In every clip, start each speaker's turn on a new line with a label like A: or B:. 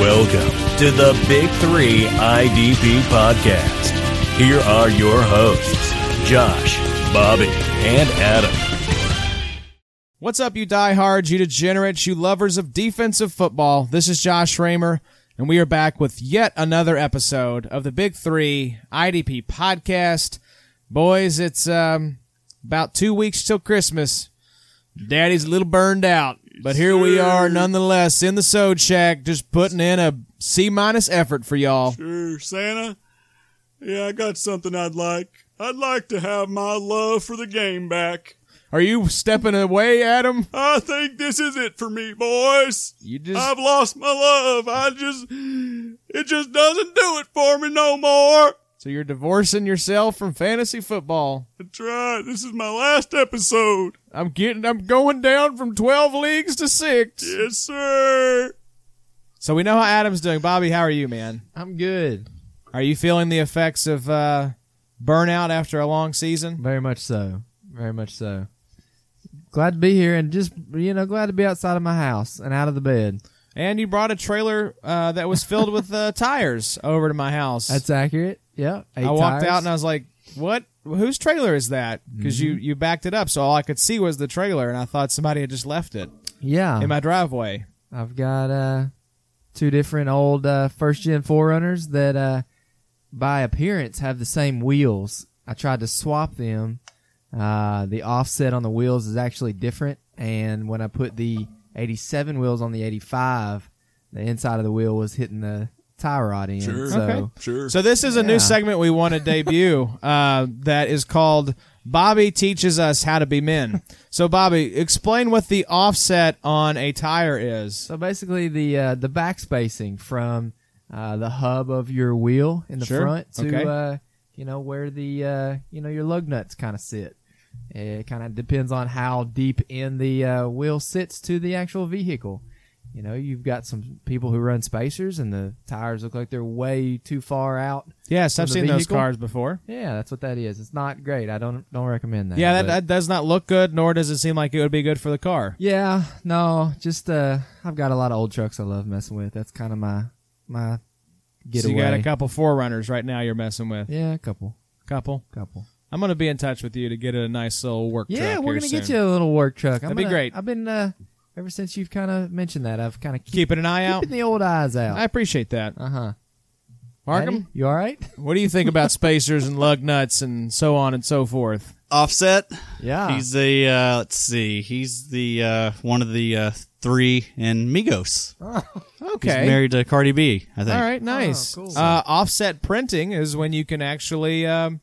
A: Welcome to the Big Three IDP Podcast. Here are your hosts, Josh, Bobby, and Adam.
B: What's up, you diehards, you degenerates, you lovers of defensive football? This is Josh Raymer, and we are back with yet another episode of the Big Three IDP podcast. Boys, it's um, about two weeks till Christmas. Daddy's a little burned out, but here we are nonetheless in the Sod Shack, just putting in a C minus effort for y'all.
C: Sure, Santa. Yeah, I got something I'd like. I'd like to have my love for the game back.
B: Are you stepping away, Adam?
C: I think this is it for me, boys.
B: You just
C: I've lost my love. I just, it just doesn't do it for me no more.
B: so you're divorcing yourself from fantasy football.
C: That's right. This is my last episode.
B: I'm getting I'm going down from 12 leagues to 6.
C: Yes, sir.
B: So we know how Adam's doing. Bobby, how are you, man?
D: I'm good.
B: Are you feeling the effects of uh burnout after a long season?
D: Very much so. Very much so. Glad to be here and just, you know, glad to be outside of my house and out of the bed.
B: And you brought a trailer uh that was filled with uh, tires over to my house.
D: That's accurate. Yeah. Eight
B: I walked
D: tires.
B: out and I was like, "What? Whose trailer is that?" because you you backed it up, so all I could see was the trailer and I thought somebody had just left it
D: Yeah.
B: in my driveway.
D: I've got uh, two different old uh, first gen Forerunners that, uh, by appearance, have the same wheels. I tried to swap them. Uh, the offset on the wheels is actually different, and when I put the 87 wheels on the 85, the inside of the wheel was hitting the tie rod end.
C: Sure.
D: So
B: Okay.
C: Sure.
B: So this is a
D: Yeah.
B: new segment we want to debut uh, that is called Bobby teaches us how to be men. So Bobby, explain what the offset on a tire is.
D: So basically, the uh, the back spacing from uh, the hub of your wheel in the
B: Sure.
D: front to
B: Okay.
D: uh, you know where the uh, you know your lug nuts kind of sit. It kind of depends on how deep in the uh, wheel sits to the actual vehicle. You know, you've got some people who run spacers, and the tires look like they're way too far out.
B: Yes, I've
D: the
B: seen those
D: vehicle?
B: cars before.
D: Yeah, that's what that is. It's not great. I don't don't recommend that.
B: Yeah, that,
D: but-
B: that does not look good, nor does it seem like it would be good for the car.
D: Yeah, no, just uh, I've got a lot of old trucks I love messing with. That's kind of my my getaway.
B: so you got a couple forerunners right now you're messing with.
D: Yeah, a couple,
B: Couple.
D: couple.
B: I'm gonna be in touch with you to get a nice little work.
D: Yeah,
B: truck
D: we're
B: here
D: gonna get
B: soon.
D: you a little work truck. I'm
B: That'd be
D: gonna-
B: great.
D: I've been uh, ever since you've kind of mentioned that. I've kind of keep,
B: Keeping an eye out.
D: keeping the old eyes
B: I
D: out.
B: appreciate that.
D: Uh huh.
B: Markham,
D: you all right?
B: what do you think about spacers and lug nuts and so on and so forth?
E: Offset.
D: Yeah.
E: He's the uh, let's see. He's the uh, one of the uh, three in Migos.
B: Okay.
E: He's married to Cardi B. I think.
B: All right, nice.
D: Oh, cool.
B: uh, offset printing is when you can actually um,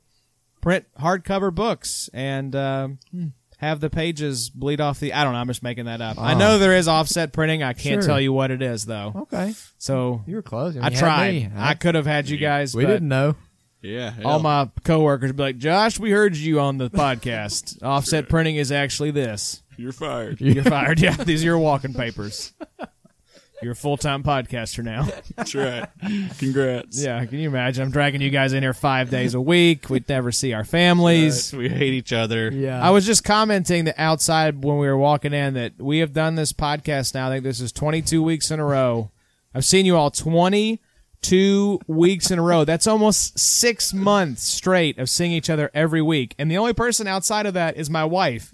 B: print hardcover books and um,
D: Hmm.
B: have the pages bleed off the. I don't know. I'm just making that up.
D: Ah.
B: I know there is offset printing. I can't
D: Sure.
B: tell you what it is though.
D: okay.
B: So
D: You were close. mean,
B: I
D: you had me.
B: tried. I
D: I,
B: could have had you guys.
D: we
B: but
D: didn't know.
C: yeah.
B: All my coworkers would be like, Josh, we heard you on the podcast. offset printing is actually this.
C: You're fired.
B: You're fired. Yeah, these are your walking papers. You're a full time podcaster now.
C: That's right. Congrats.
B: Yeah, can you imagine? I'm dragging you guys in here five days a week. We'd never see our families.
E: We hate each other.
D: Yeah.
B: I was just commenting that outside when we were walking in that we have done this podcast now. I think this is 22 weeks in a row. I've seen you all 22 weeks in a row. That's almost six months straight of seeing each other every week. And the only person outside of that is my wife,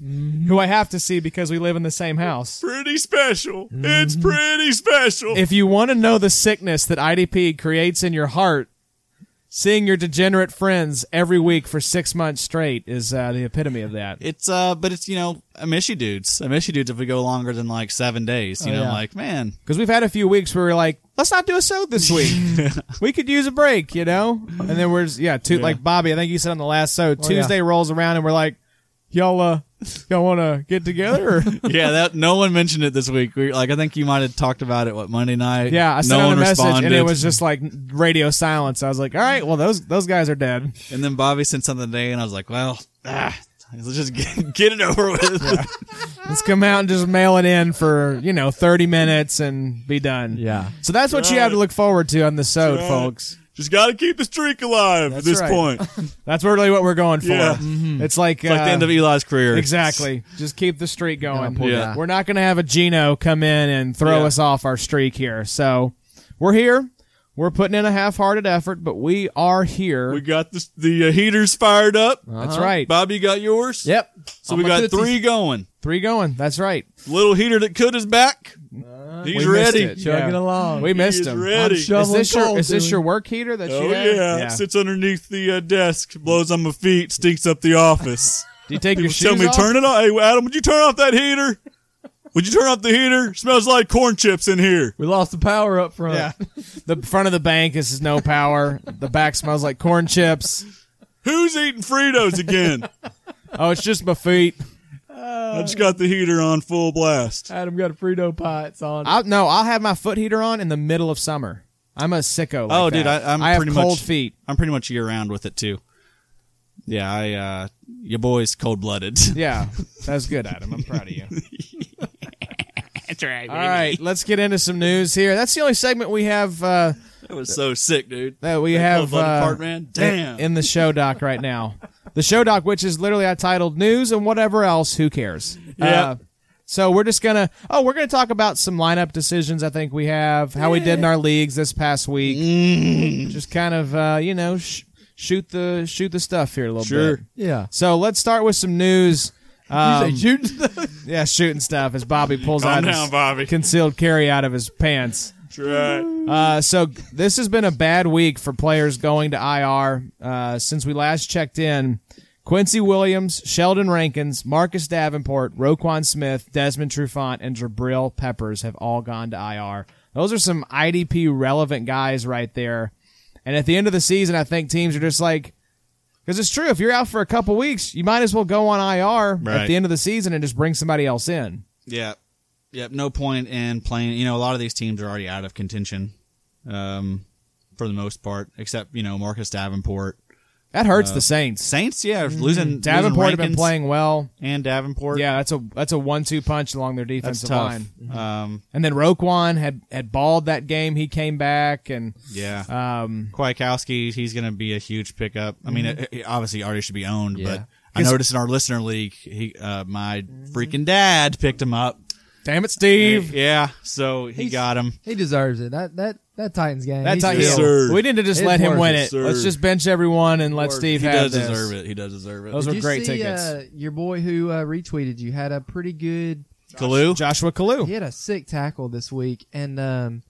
B: who I have to see because we live in the same house.
C: Pretty special. It's
E: Mm-hmm.
C: pretty special.
B: If you want to know the sickness that IDP creates in your heart, seeing your degenerate friends every week for six months straight is uh, the epitome of that.
E: It's uh, but it's you know, I miss you dudes. I miss you dudes. If we go longer than like seven days, you know,
B: Oh, yeah.
E: I'm like man,
B: Because we've had a few weeks where we're like, let's not do a show this week. we could use a break, you know. And then we're just, yeah, two, like Bobby. I think you said on the last
E: Oh,
B: show,
D: yeah.
B: Tuesday rolls around and we're like, y'all, uh, y'all want to get together? Or?
E: yeah. That no one mentioned it this week. We like I think you might have talked about it. What Monday night?
B: yeah, I sent out
E: no
B: a
E: one
B: message
E: responded.
B: and it was just like radio silence. I was like, all right, well those those guys are dead.
E: And then Bobby sent something today, and I was like, well, ah, let's just get, get it over with.
B: Let's come out and just mail it in for you know thirty minutes and be done.
D: yeah.
B: So that's what you have to look forward to on the sode,
C: right.
B: folks.
C: Just got to keep the streak alive
B: That's
C: at this
B: right.
C: point.
B: That's really what we're going for.
C: Yeah.
B: It's like,
E: Mm-hmm.
B: uh,
E: It's like the end of Eli's career.
B: exactly. Just keep the streak going.
D: poor Yeah. guy.
B: We're not going to have a Gino come in and throw
C: Yeah.
B: us off our streak here. So We're here. We're putting in a half-hearted effort, but we are here.
C: We got the the uh, heaters fired up.
E: Uh-huh.
B: That's right.
C: Bobby you got yours.
B: Yep.
C: So
B: On
C: we
B: my
C: got
B: tootsies.
C: three going.
B: Three going. That's right.
C: Little heater that could is back. He's
B: Uh, we missed
C: ready.
B: it.
D: Chugging
B: Yeah.
D: along.
B: We missed
C: He's
B: him.
C: Oh, ready.
D: I'm sure-
B: Is this your
D: Shoveling
B: is this
D: coal,
B: your work heater that
C: Oh
B: you
C: yeah.
B: had?
C: sits underneath the uh, desk, blows on my feet, stinks up the office.
B: Do you take your
C: People
B: shoes
C: tell me
B: off?
C: turn it off. Hey, Adam, would you turn off that heater? Would you turn off the heater? Smells like corn chips in here.
D: We lost the power up front.
E: Yeah.
B: The front of the bank is no power. the back smells like corn chips.
C: Who's eating Fritos again?
B: Oh, it's just my feet.
C: I just got the heater on full blast.
D: Adam got a Frito pie. It's on.
B: I no, I'll have my foot heater on in the middle of summer. I'm a sicko. Like
E: Oh, dude,
B: that.
E: I- I'm
B: have
E: pretty much-
B: cold feet.
E: I'm pretty much year round with it too. Yeah, I uh your boy's cold blooded.
B: Yeah, that's good, Adam. I'm proud of you.
E: That's right.
B: All right, let's get into some news here. That's the only segment we have uh,
C: That was so sick, dude.
B: that we
C: Love
B: have
C: on the
B: uh,
C: part, man. Damn.
B: in, in the show doc right now. The show doc, which is literally I titled "News and Whatever Else." Who cares? Uh,
C: Yeah.
B: so we're just gonna oh we're gonna talk about some lineup decisions I think we have how we did in our leagues this past week.
C: Mm.
B: Just kind of uh, you know sh- shoot the shoot the stuff here a little
C: Sure.
B: bit.
D: yeah.
B: So let's start with some news. Um,
D: shooting
B: yeah, shooting stuff as Bobby pulls
C: Calm
B: out
C: down,
B: his
C: Bobby.
B: concealed carry out of his pants.
C: That's right.
B: Uh, so this has been a bad week for players going to IR. Uh, since we last checked in, Quincy Williams, Sheldon Rankins, Marcus Davenport, Roquan Smith, Desmond Trufant, and Jabril Peppers have all gone to IR. Those are some IDP relevant guys right there. And at the end of the season, I think teams are just like, because it's true, if you're out for a couple weeks, you might as well go on IR at
E: Right.
B: the end of the season and just bring somebody else in.
E: Yeah. Yep. No point in playing. You know, a lot of these teams are already out of contention, um, for the most part, except you know Marcus Davenport.
B: That hurts the Saints.
E: Uh, Saints, yeah, losing
B: Mm-hmm. Davenport
E: losing
B: have been
E: Rankins
B: playing well.
E: and Davenport.
B: Yeah, that's a that's a one-two punch along their
E: that's
B: defensive
E: tough.
B: line. Mm-hmm.
E: Um,
B: And then Roquan had had balled that game. He came back and
E: yeah.
B: um,
E: Kwiatkowski, he's going to be a huge pickup. I mean,
B: Mm-hmm.
E: it, it obviously already should be owned,
D: Yeah.
E: but I noticed in our listener league, he, uh, my freaking dad picked him up.
B: damn it, Mm-hmm. Steve.
E: Yeah, so he got him.
D: He deserves it. That that that Titans game.
B: That's
D: he's
B: how you.
C: Yes,
D: still-
C: sir.
B: We need to just
D: It's
B: let him
D: worth
B: win
D: it,
B: it.
C: sir.
B: Let's just bench everyone and let Steve
E: He
B: have
E: does
B: this.
E: deserve it. He does deserve it.
B: Those
D: Did
B: were
D: you
B: great
D: see,
B: tickets.
D: Uh, your boy who uh, retweeted you had a pretty good.
E: Kalu?
B: Joshua Kalu.
D: He had a sick tackle this week, and um,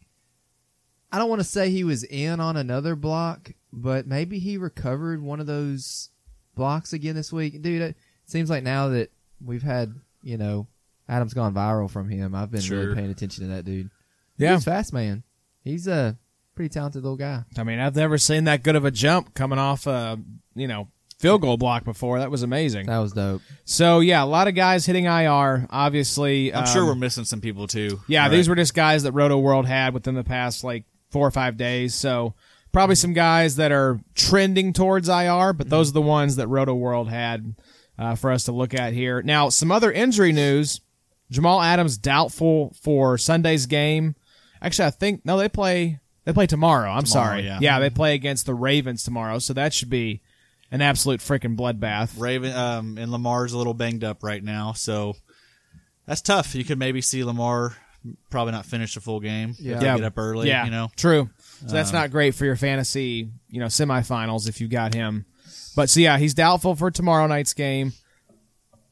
D: I don't want to say he was in on another block, but maybe he recovered one of those blocks again this week. Dude, it seems like now that we've had you know Adam's gone viral from him, I've been
E: Sure.
D: really paying attention to that dude.
B: Yeah.
D: he's fast man. He's a pretty talented little guy.
B: I mean, I've never seen that good of a jump coming off a you know field goal block before. That was amazing.
D: That was dope.
B: So yeah, a lot of guys hitting IR. Obviously,
E: I'm sure
B: um,
E: we're missing some people too.
B: Yeah,
E: All
B: these
E: right.
B: were just guys that Roto World had within the past like four or five days. So probably some guys that are trending towards IR, but those are the ones that Roto World had uh, for us to look at here. Now, some other injury news: Jamal Adams doubtful for Sunday's game. Actually, I think no, they play they play tomorrow. I'm sorry.
E: yeah.
B: they play against the Ravens tomorrow, so that should be an absolute freaking bloodbath.
E: Raven um, and Lamar's a little banged up right now, so that's tough. You could maybe see Lamar probably not finish the full game. if
D: Yeah.
E: they get up early.
B: Yeah,
E: you know. Uh,
B: true. So that's not great for your fantasy, you know, semifinals if you got him. But so yeah, he's doubtful for tomorrow night's game.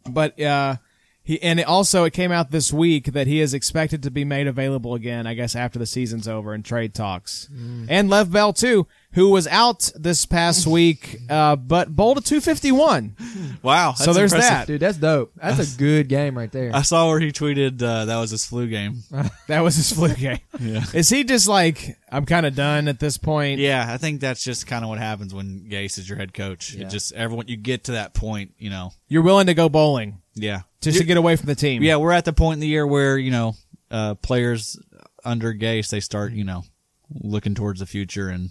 B: But uh, he and it also it came out this week that he is expected to be made available again. I guess after the season's over in trade talks, and Lev Bell too, who was out this past week, uh, but bowled a two fifty one.
E: Wow.
B: So there's that.
D: Dude, that's dope. That's a good game right there.
E: I saw where he tweeted uh, that was his flu game.
B: That was his flu game. Is he just like I'm kind of done at this point?
E: Yeah, I think that's just kind of what happens when Gase is your head coach. It just everyone you get to that point, you know.
B: You're willing to go bowling
E: Yeah.
B: just to get away from the team.
E: Yeah, we're at the point in the year where, you know, uh, players under Gase they start, you know, looking towards the future and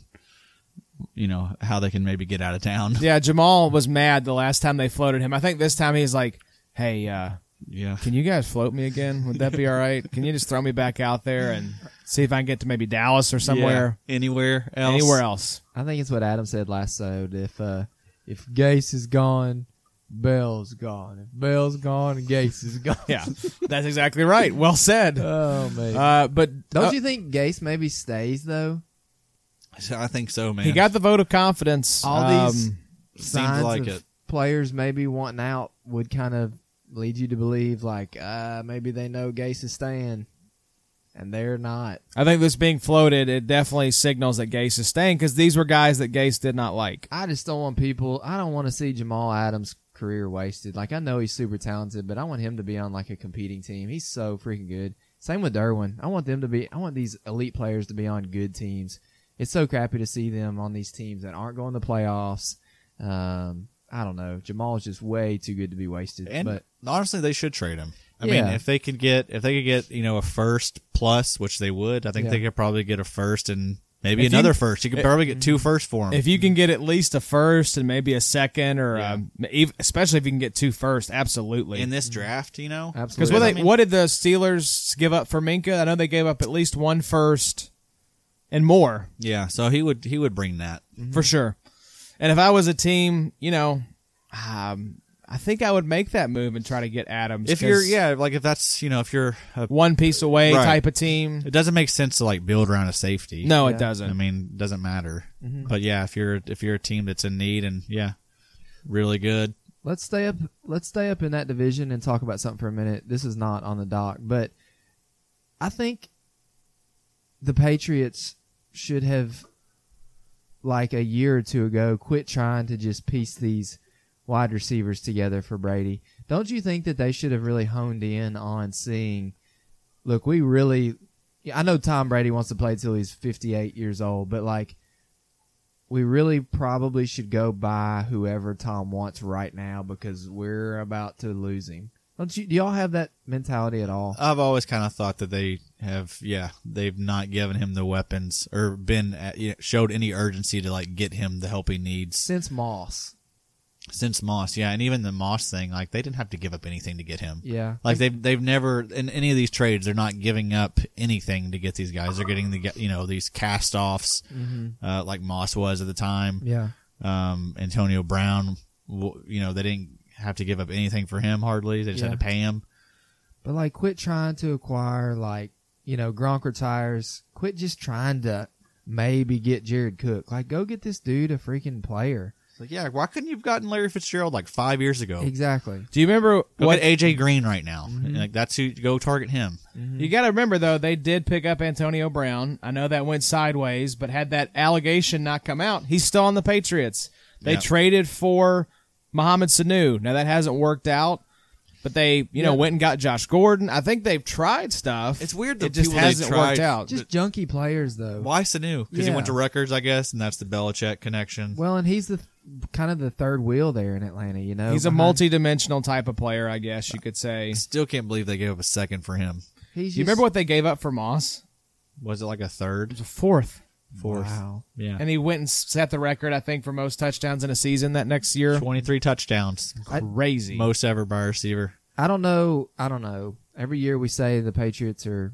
E: you know, how they can maybe get out of town.
B: Yeah, Jamal was mad the last time they floated him. I think this time he's like, "Hey, uh,
E: Yeah.
B: can you guys float me again? Would that be all right? Can you just throw me back out there and see if I can get to maybe Dallas or somewhere,
E: Yeah. Anywhere else.
B: anywhere else?"
D: I think it's what Adam said last episode. If uh, if Gase is gone, Bell's gone. If Bell's gone, Gase is gone.
B: Yeah, that's exactly right. Well said.
D: Oh man.
B: Uh, but
D: Don't
B: uh,
D: you think Gase maybe stays though?
E: So I think so, man.
B: he got the vote of confidence.
D: All these
B: Um,
D: signs
E: like
D: of
E: it.
D: players maybe wanting out would kind of lead you to believe like uh, maybe they know Gase is staying, and they're not.
B: I think this being floated, it definitely signals that Gase is staying because these were guys that Gase did not like.
D: I just don't want people. I don't want to see Jamal Adams' career wasted. Like I know he's super talented, but I want him to be on like a competing team. He's so freaking good. Same with Derwin. I want them to be. I want these elite players to be on good teams. It's so crappy to see them on these teams that aren't going to playoffs. Um, I don't know. Jamal's just way too good to be wasted.
E: and
D: but
E: honestly, they should trade him. I
D: Yeah.
E: mean, if they could get if they could get you know a first plus, which they would, I think
D: Yeah.
E: they could probably get a first and maybe
B: If you-
E: another first. You could probably get two firsts for him.
B: If you can get at least a first and maybe a second, or
E: Yeah.
B: um, ev especially if you can get two first, absolutely.
E: in this draft, you know,
B: Because
D: absolutely,
B: what, they-
E: I mean-
B: what did the Steelers give up for Minka? I know they gave up at least one first and more
E: yeah. So he would he would bring that.
B: for sure. And if I was a team, you know, um, I think I would make that move and try to get Adams.
E: If you're
B: 'cause
E: yeah, like if that's you know if you're a,
B: one piece away
E: Right.
B: type of team,
E: it doesn't make sense to like build around a safety.
B: no,
D: Yeah.
B: it doesn't. Mm-hmm.
E: I mean it doesn't matter. But yeah, if you're if you're a team that's in need and yeah, really good.
D: Let's stay up. Let's stay up in that division and talk about something for a minute. This is not on the dock, but I think the Patriots should have, like a year or two ago, quit trying to just piece these wide receivers together for Brady. Don't you think that they should have really honed in on seeing? Look, we really. Yeah, I know Tom Brady wants to play till he's fifty-eight years old, but like we really probably should go buy whoever Tom wants right now because we're about to lose him. Don't you? Do y'all have that mentality at all?
E: I've always kind of thought that they have yeah they've not given him the weapons or been at, you know, showed any urgency to like get him the help he needs
D: Since Moss,
E: since Moss. Yeah, and even the Moss thing, like they didn't have to give up anything to get him.
D: yeah,
E: Like they've they've never in any of these trades they're not giving up anything to get these guys. They're getting the gu- you know these cast offs uh, like Moss was at the time.
D: yeah,
E: Um, Antonio Brown, w- you know they didn't have to give up anything for him hardly. They just
D: Yeah.
E: had to pay him.
D: but like, quit trying to acquire like you know Gronk retires. Quit just trying to maybe get Jared Cook. Like, go get this dude a freaking player.
E: It's like yeah, why couldn't you have gotten Larry Fitzgerald like five
B: Oh.
E: years ago?
D: Exactly.
B: Do you remember
E: Go
B: what
E: get AJ Green right now?
D: Mm-hmm.
E: Like that's who go target him.
B: You got to remember though, they did pick up Antonio Brown. I know that went sideways, but had that allegation not come out, he's still on the Patriots. They
E: Yeah.
B: traded for Mohamed Sanu. Now that hasn't worked out, but they, you know, went and got Josh Gordon. I think they've tried stuff.
E: It's weird
B: It
E: that
B: just
E: people they've
B: hasn't
E: tried-
B: worked out.
D: Just junky players though.
E: Why Sanu? Because
D: Yeah.
E: he went to Rutgers, I guess, and that's the Belichick connection.
D: Well, and he's the kind of the third wheel there in Atlanta. You know,
B: he's a
D: behind-
B: multi-dimensional type of player, I guess you could say.
E: Still can't believe they gave up a second for him.
D: He's
B: Do you
D: just-
B: remember what they gave up for Moss?
E: Was it like a third,
B: It was a fourth,
E: fourth?
D: Wow.
E: Yeah.
B: and he went and set the record, I think, for most touchdowns in a season that next year.
E: 23 touchdowns,
D: I-
B: Crazy.
E: most ever by a receiver.
D: I don't know. I don't know. Every year we say the Patriots are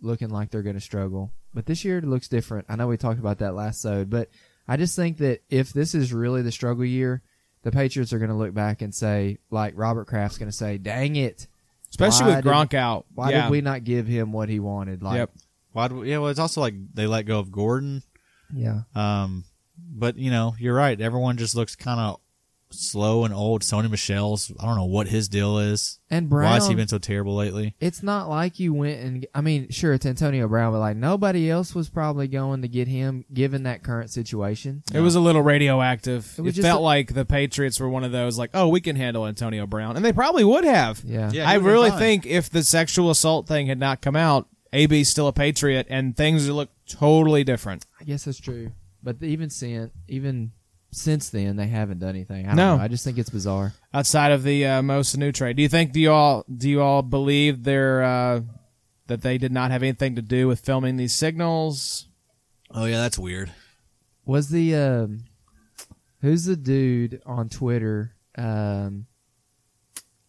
D: looking like they're going to struggle, but this year it looks different. I know we talked about that last episode, but I just think that if this is really the struggle year, the Patriots are going to look back and say, like Robert Kraft's going to say, "Dang it,
B: Especially
D: Why
B: with
D: did-
B: Gronk out.
D: why
B: yeah.
D: did we not give him what he wanted?" Like,
B: Yep.
E: Why? do- Yeah, well, it's also like they let go of Gordon.
D: yeah,
E: Um, but you know, you're right. Everyone just looks kind of slow and old. Sony Michelle's, I don't know what his deal is.
D: and Brown.
E: Why has he been so terrible lately?
D: it's not like you went and I mean, sure, it's Antonio Brown, but like nobody else was probably going to get him given that current situation.
B: It was a little radioactive.
D: It
B: It,
D: was just
B: felt
D: a-
B: like the Patriots were one of those, like, oh, we can handle Antonio Brown, and they probably would have.
D: Yeah.
E: Yeah,
B: I
E: he would've been
B: really
E: fine.
B: think if the sexual assault thing had not come out, AB's still a Patriot, and things would look totally different.
D: I guess that's true. But even since even since then, they haven't done anything. I don't
B: No.
D: know. I just think it's bizarre.
B: Outside of the uh, Mo Sanu trade, do you think do you all do you all believe they're uh, that they did not have anything to do with filming these signals?
E: Oh, yeah, that's weird.
D: Was the um, who's the dude on Twitter? Um,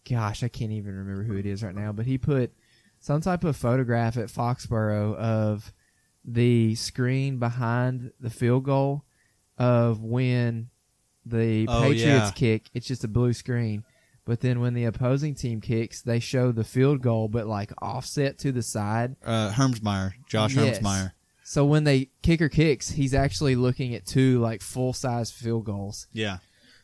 D: gosh, I can't even remember who it is right now. But he put some type of photograph at Foxborough of the screen behind the field goal of when the
E: Oh,
D: Patriots
E: yeah.
D: kick, it's just a blue screen. But then when the opposing team kicks, they show the field goal, but like offset to the side.
E: Uh, Hermsmeyer, Josh
D: Yes.
E: Hermsmeyer.
D: So when they kicker kicks, he's actually looking at two like full size field goals.
E: Yeah,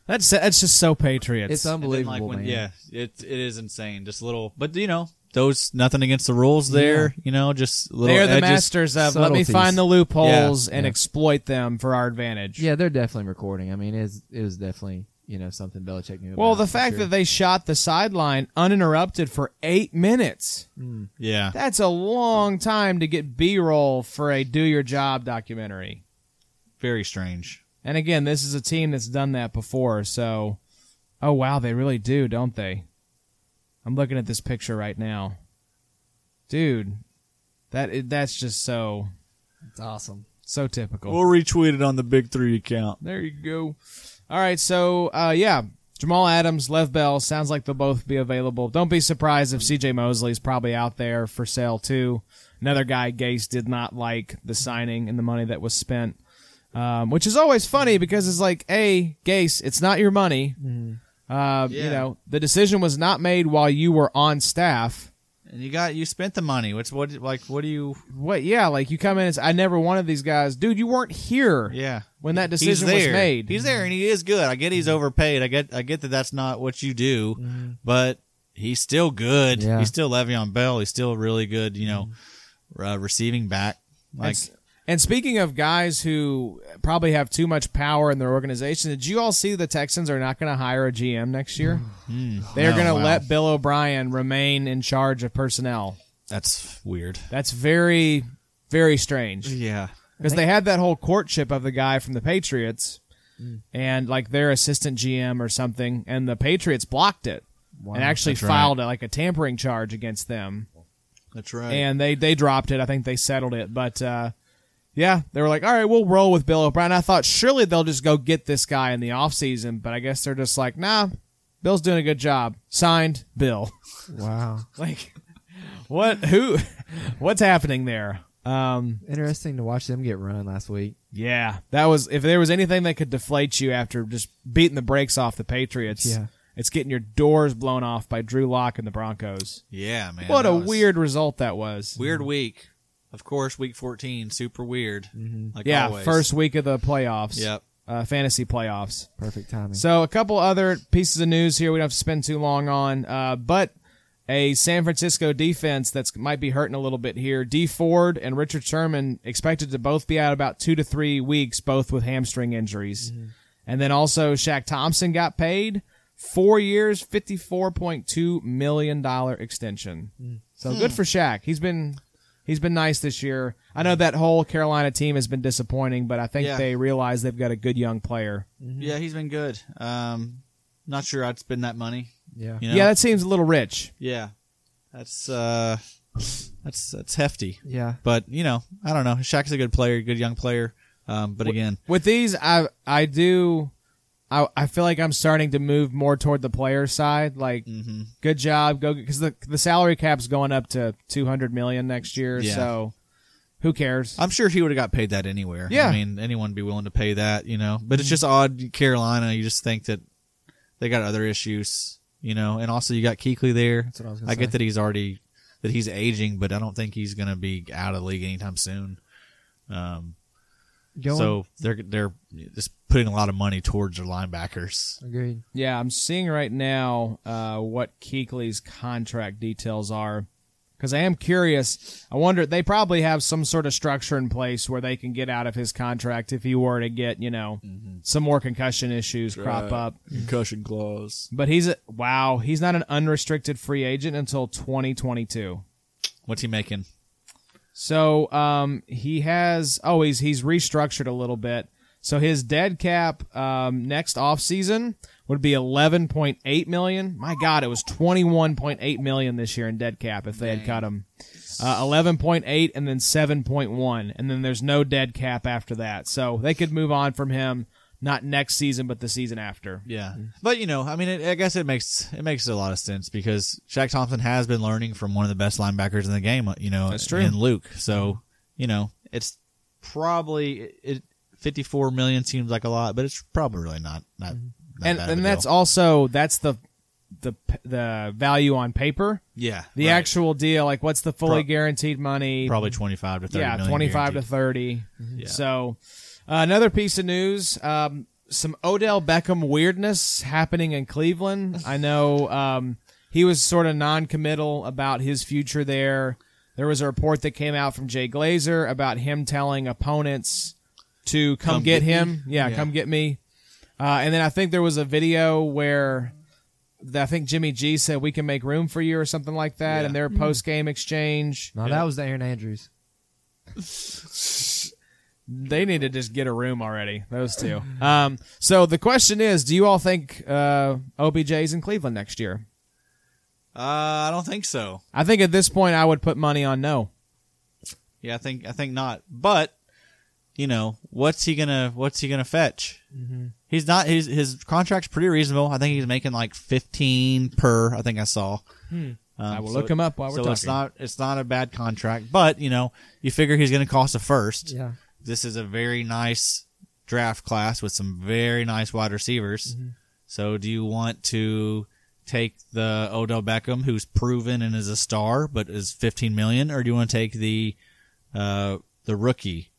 B: That's that's just so Patriots.
D: It's
E: And then,
D: unbelievable,
E: like, when-
D: man.
E: Yeah, it it is insane. Just little, but you know, those nothing against the rules there. You know, just little.
B: They're the
E: edges.
B: masters of let me
D: subtleties.
B: find the loopholes
D: Yeah.
B: and
D: Yeah.
B: exploit them for our advantage.
D: Yeah, they're definitely recording. I mean, it is it was definitely you know something Belichick knew.
B: Well,
D: about,
B: the
D: for
B: fact
D: sure.
B: that they shot the sideline uninterrupted for eight minutes,
D: Mm,
E: Yeah,
B: that's a long time to get B roll for a do your job documentary.
E: very strange.
B: And again, this is a team that's done that before, so oh wow, they really do, don't they? I'm looking at this picture right now. Dude, that that's just so
D: it's awesome.
B: so typical.
E: We'll retweet it on the Big Three account.
B: There you go. All right, so uh, yeah, Jamal Adams, Lev Bell. Sounds like they'll both be available. Don't be surprised if C.J. Mosley's probably out there for sale too. Another guy Gase did not like the signing and the money that was spent, um, which is always funny because it's like, a Gase, it's not your money. Uh, You
E: Mm-hmm. Yeah.
B: know, the decision was not made while you were on staff.
E: And you got you spent the money. What's what like what do you?
B: What? Yeah, like you come in. It's, I never wanted these guys, dude. You weren't here
E: Yeah.
B: when that
E: He's
B: decision
E: there.
B: was made. Mm-hmm.
E: He's there, and he is good. I get he's overpaid. I get, I get that that's not what you do, but he's still good.
D: Yeah.
E: He's still Le'Veon Bell. He's still really good. You know, uh, receiving back. Like,
B: Mm-hmm. That's- and speaking of guys who probably have too much power in their organization, did you all see the Texans are not going to hire a GM next year? They're
E: mm, No,
B: going to
E: wow.
B: let Bill O'Brien remain in charge of personnel.
E: that's weird.
B: That's very, very strange
E: Yeah.
B: because they had that whole courtship of the guy from the Patriots
E: Mm.
B: and like their assistant GM or something, and the Patriots blocked it and actually
E: That's right.
B: filed like a tampering charge against them
E: That's right.
B: and they they dropped it. I think they settled it, but uh, yeah, they were like, all right, we'll roll with Bill O'Brien. I thought surely they'll just go get this guy in the offseason, but I guess they're just like, nah, Bill's doing a good job. Signed, Bill.
D: Wow,
B: like, what? Who? What's happening there? Um,
D: interesting to watch them get run last week.
B: yeah, that was if there was anything that could deflate you after just beating the brakes off the Patriots.
D: Yeah.
B: It's getting your doors blown off by Drew Lock and the Broncos.
E: yeah, man.
B: what
E: that
B: a
E: was-
B: weird result that was.
E: weird week. Of course, week fourteen, super weird. Like
B: Mm-hmm. yeah,
E: always.
B: first week of the playoffs.
E: Yep.
B: uh, fantasy playoffs.
D: Perfect timing.
B: So a couple other pieces of news here we don't have to spend too long on, uh, but a San Francisco defense that's might be hurting a little bit here. D Ford and Richard Sherman expected to both be out about two to three weeks, both with hamstring injuries, and then also Shaq Thompson got paid four years, fifty four point two million dollar extension. So good for Shaq. He's been he's been nice this year. I know that whole Carolina team has been disappointing, but I think
E: Yeah.
B: they realize they've got a good young player.
E: Mm-hmm. Yeah, he's been good. Um, not sure I'd spend that money.
D: yeah,
E: You know?
B: Yeah, that seems a little rich.
E: yeah. That's uh, that's that's hefty.
D: yeah.
E: But you know, I don't know. Shaq's a good player, good young player. Um, but again,
B: With these, I I do, I I feel like I'm starting to move more toward the player side. Like, good job, go because the the salary cap's going up to 200 million next year.
E: Yeah.
B: So, who cares?
E: I'm sure he would have got paid that anywhere.
B: Yeah. Mm-hmm.
E: I mean, anyone would be willing to pay that, you know. But it's just odd, Carolina. You just think that they got other issues, you know. And also, you got Keekly there. That's
D: what I was gonna say.
E: get that he's already that he's aging, but I don't think he's going to be out of the league anytime soon. Um,
D: Going,
E: so they're they're just putting a lot of money towards their linebackers.
D: agreed.
B: Yeah, I'm seeing right now uh, what Keekley's contract details are because I am curious. I wonder they probably have some sort of structure in place where they can get out of his contract if he were to get you know some more concussion issues crop up.
E: Mm-hmm. Concussion clause.
B: But he's a, wow, he's not an unrestricted free agent until 2022.
E: What's he making?
B: So um, he has oh he's he's restructured a little bit. So his dead cap um, next offseason would be 11.8 million. My God, it was 21.8 million this year in dead cap if they had cut him. Uh, 11.8 and then 7.1 and then there's no dead cap after that. So they could move on from him not next season but the season after.
E: Yeah, but you know, I mean, it, I guess it makes it makes a lot of sense because Shaq Thompson has been learning from one of the best linebackers in the game. You know,
B: That's true.
E: In Luke, so you know, it's probably it 54 million seems like a lot, but it's probably really not. not, not
B: and
E: bad of a
B: and that's
E: deal.
B: also that's the the p- the value on paper.
E: Yeah.
B: The
E: right.
B: actual deal, like what's the fully
E: Pro-
B: guaranteed money?
E: Probably 25 to 30
B: yeah,
E: million
B: twenty five to
E: guaranteed. Mm-hmm.
B: 30
E: Yeah.
B: So uh, another piece of news. Um, some Odell Beckham weirdness happening in Cleveland. I know um, he was sort of non-committal about his future there. There was a report that came out from Jay Glazer about him telling opponents to come,
E: Come
B: get,
E: get me.
B: him. Yeah,
E: Yeah.
B: come get me. Uh, and then I think there was a video where the, I think Jimmy G said we can make room for you or something like that,
E: Yeah. Mm.
B: and their post game exchange.
D: No, that was the Aaron Andrews.
B: They need to just get a room already. Those two. Um, so the question is, do you all think uh, OBJ's in Cleveland next year?
E: Uh, I don't think so.
B: I think at this point, I would put money on no.
E: Yeah, I think I think not. But you know, what's he gonna what's he gonna fetch?
B: Mm-hmm.
E: He's not his his contract's pretty reasonable. I think he's making like fifteen per. I think I saw. Um,
B: Hmm. I will look him up while we're
E: so it's
B: talking.
E: not it's not a bad contract, but you know, you figure he's gonna cost a first.
D: Yeah.
E: This is a very nice draft class with some very nice wide receivers. So do you want to take the Odell Beckham who's proven and is a star but is 15 million or do you want to take the uh, the rookie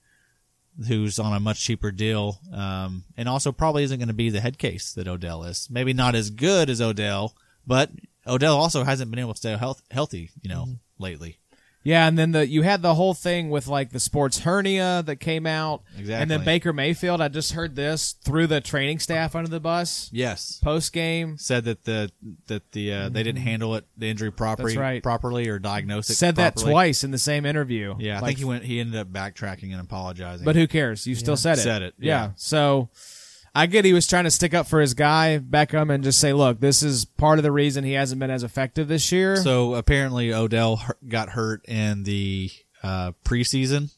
E: who's on a much cheaper deal um, and also probably isn't going to be the head case that Odell is. Maybe not as good as Odell, but Odell also hasn't been able to stay health- healthy, you know, lately.
B: Yeah, and then the you had the whole thing with like the sports hernia that came out, and then
E: Exactly.
B: Baker Mayfield. I just heard this through the training staff under the bus
E: Yes.
B: post game.
E: said that the that the uh, they didn't handle it the injury properly
B: Mm-hmm. That's right.
E: properly or diagnose it.
B: Said that
E: properly.
B: twice in the same interview.
E: Yeah, I
B: Like,
E: think he went. He ended up backtracking and apologizing.
B: But who cares? You still said it.
E: Said it, yeah.
B: So I get he was trying to stick up for his guy Beckham and just say, look, this is part of the reason he hasn't been as effective this year.
E: so apparently Odell hur- got hurt in the uh, preseason,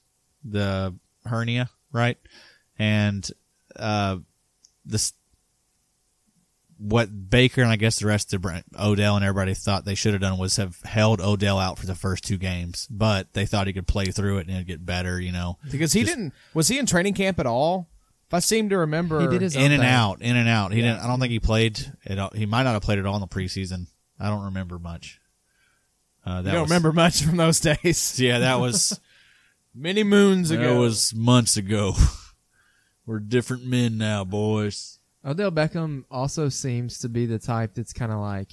E: the hernia, right? And uh, this what Baker and I guess the rest of the Brent, Odell and everybody thought they should have done was have held Odell out for the first two games, but they thought he could play through it and it'd get better, you know.
B: because he didn't was he in training camp at all? If I seem to remember,
D: He did his
E: in and
D: thing.
E: out, in and out. He didn't. I don't think he played at all. He might not have played at all in the preseason. I don't remember much. Uh, that
B: I don't
E: was-
B: remember much from those days.
E: Yeah, that was
B: Many moons
E: that
B: ago.
E: was months ago. We're different men now, boys.
D: Odell Beckham also seems to be the type that's kind of like,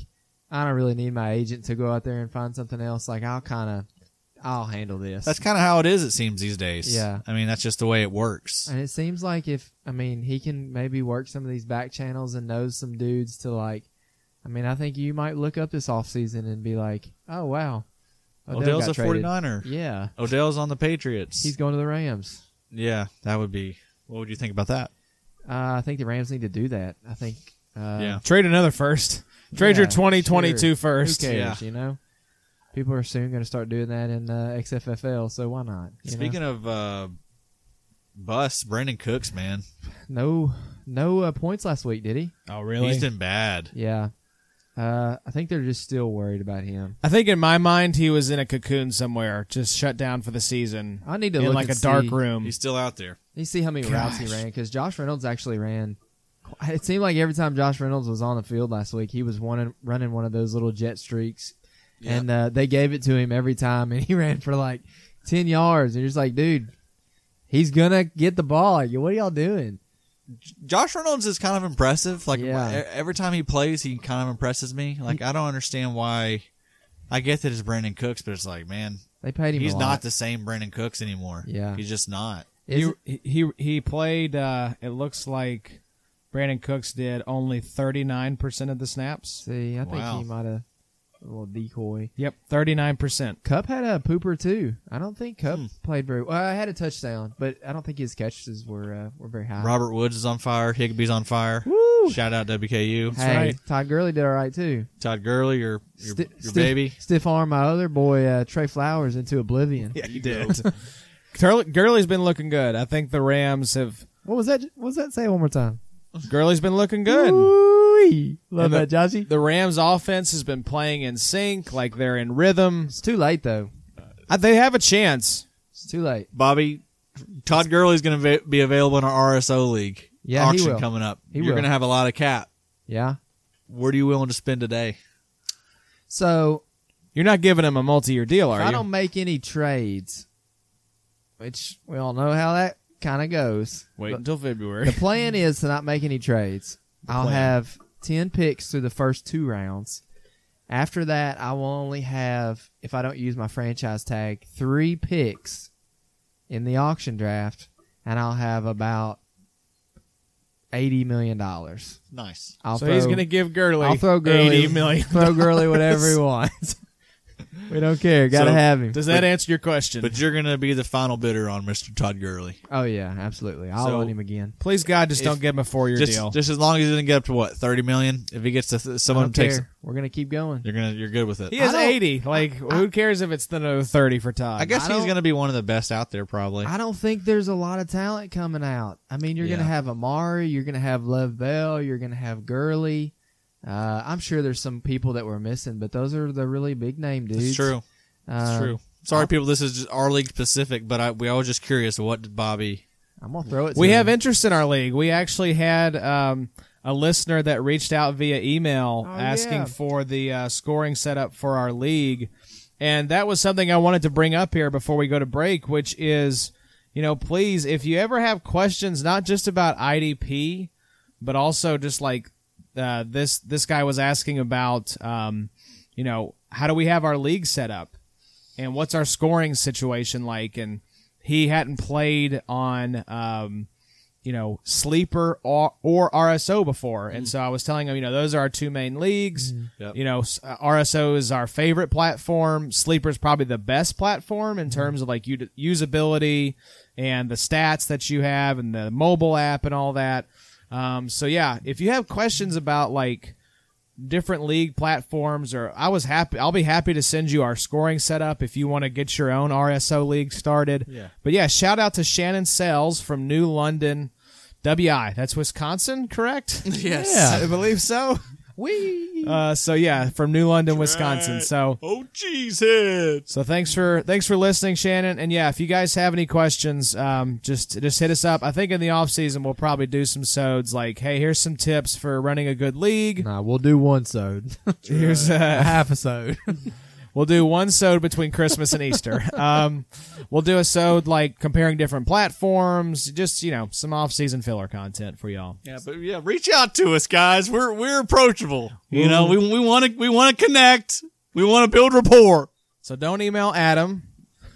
D: I don't really need my agent to go out there and find something else. Like I'll kind of, I'll handle this.
E: That's kind of how it is. It seems these days.
D: Yeah.
E: I mean that's just the way it works.
D: and it seems like if I mean he can maybe work some of these back channels and knows some dudes to like. I mean, I think you might look up this offseason and be like, oh wow, Odell
E: Odell's
D: got
E: a
D: traded.
E: 49er.
D: Yeah,
E: Odell's on the Patriots.
D: he's going to the Rams.
E: yeah, that would be. What would you think about that?
D: Uh, I think the Rams need to do that. I think. Uh,
E: yeah.
B: Trade another first. Trade your
D: Yeah,
B: 2022
D: sure.
B: first.
D: Who cares?
E: Yeah.
D: You know, people are soon going to start doing that in uh, XFFL, so why not? you know?
E: Speaking of uh, bus, Brandon Cooks, man,
D: no, no uh, points last week, did he?
B: Oh, really?
E: he's been bad.
D: Yeah. Uh, I think they're just still worried about him.
B: I think in my mind he was in a cocoon somewhere, just shut down for the season.
D: I need to
B: in
D: look
B: like a
D: and
B: dark
D: see-
B: room.
E: He's still out there.
D: You see how many routes he
B: Gosh.
D: ran because Josh Reynolds actually ran. It seemed like every time Josh Reynolds was on the field last week, he was one, running one of those little jet streaks, and uh, they gave it to him every time, and he ran for like ten yards. And you're just like, dude, he's gonna get the ball. Like, what are y'all doing?
E: Josh Reynolds is kind of impressive. Like
D: Yeah.
E: e- every time he plays, he kind of impresses me. Like I don't understand why. I get that it's Brandon Cooks, but it's like, man,
D: They paid him.
E: he's
D: a
E: not
D: lot.
E: the same Brandon Cooks anymore.
D: Yeah.
E: he's just not.
D: Is
B: he,
D: it-
B: he he played. Uh, it looks like Brandon Cooks did only thirty nine percent of the snaps.
D: see, I think
E: Wow.
D: he might have a little decoy.
B: Yep, thirty nine percent.
D: Cup had a pooper too. I don't think Cup
E: Hmm.
D: played very well. I had a touchdown, but I don't think his catches were uh, were very high.
E: Robert Woods is on fire. Higby's on fire.
D: Woo!
E: Shout out WKU.
D: hey,
B: right.
D: Todd Gurley did all right too.
E: Todd Gurley, your your,
D: Sti-
E: your
D: stiff,
E: baby.
D: stiff arm my other boy uh, Trey Flowers into oblivion.
E: Yeah, he did.
B: Gurley's been looking good. I think the Rams have.
D: What was that? What was that? Say it one more time.
B: Gurley's been looking good.
D: Ooh-wee. Love
B: And the-
D: that, Joshy.
B: The Rams offense has been playing in sync, like they're in rhythm.
D: It's too late though.
B: Uh, They have a chance.
D: It's too late.
E: Bobby, Todd Gurley's going to be available in our RSO league
D: Yeah, he
E: auction
D: will.
E: coming up.
D: He
E: You're
D: will.
E: going to have a lot of cap.
D: Yeah.
E: Where are you willing to spend today?
D: So
B: You're not giving him a multi-year deal, are
D: if I
B: you?
D: don't make any trades, which we all know how that kind of goes.
B: Wait
D: But
B: until
D: the
B: February.
D: plan is to not make any trades. I'll
B: plan.
D: have ten picks through the first two rounds. After that, I will only have, if I don't use my franchise tag, three picks in the auction draft, and I'll have about eighty million dollars.
E: Nice.
D: I'll
B: so he's
D: throw-
B: going to give Gurley
D: I'll throw Gurley
B: eighty million.
D: throw Gurley whatever he wants. we don't care. Got to
E: So,
D: have him.
B: Does that answer your question?
E: But you're going to be the final bidder on Mr. Todd Gurley.
D: Oh yeah, absolutely. I'll
E: So-
D: own him again.
B: Please, God, just
E: If-
B: don't give him a four-year
E: Just,
B: deal.
E: just as long as he doesn't get up to what thirty million. If he gets to th-
D: I
E: someone
D: don't
E: takes,
D: care. We're gonna keep going.
E: you're gonna you're good with it.
B: he has
D: I don't-
B: eighty. Like, who cares if it's another thirty for Todd?
E: I guess
D: I
E: he's
D: don't-
E: gonna be one of the best out there probably.
D: I don't think there's a lot of talent coming out. I mean, you're
E: Yeah.
D: gonna have Amari, you're gonna have Lev Bell, you're gonna have Gurley. Uh, I'm sure there's some people that we're missing, but those are the really big name dudes.
E: It's true. It's
D: Uh,
E: true. Sorry, people. This is just our league specific, but I, we all just curious. What did Bobby?
D: I'm gonna throw it. To
B: we have
D: him.
B: interest in our league. We actually had um, a listener that reached out via email
D: Oh,
B: asking
D: yeah.
B: for the uh, scoring setup for our league, and that was something I wanted to bring up here before we go to break, which is, you know, please, if you ever have questions, not just about IDP, but also just like uh, this this guy was asking about, um, you know, how do we have our league set up? and what's our scoring situation like and he hadn't played on um, you know sleeper or, or rso before and so i was telling him you know those are our two main leagues
E: Mm. Yep.
B: you know s- uh, rso is our favorite platform sleeper is probably the best platform
E: Mm.
B: in terms of like u- usability and the stats that you have and the mobile app and all that um, so yeah if you have questions about like different league platforms or I was happy I'll be happy to send you our scoring setup if you want to get your own RSO league started.
E: Yeah.
B: But yeah, shout out to Shannon Sells from New London WI. That's Wisconsin, correct?
E: Yes.
B: I believe so.
D: We.
B: Uh, so yeah, from New London, Wisconsin. So
C: Oh, jeez, heads.
B: so thanks for thanks for listening, Shannon. And yeah, if you guys have any questions, um, just just hit us up. I think in the off season we'll probably do some sods like, hey, here's some tips for running a good league.
D: Nah, we'll do one sode,
B: Here's uh,
D: a half a sode.
B: We'll do one sewed between Christmas and Easter. Um, we'll do a sewed like comparing different platforms, just you know, some off-season filler content for y'all.
E: Yeah, but yeah, reach out to us, guys. We're we're approachable. You know, we we want to we want to connect. We want to build rapport.
B: So don't email Adam,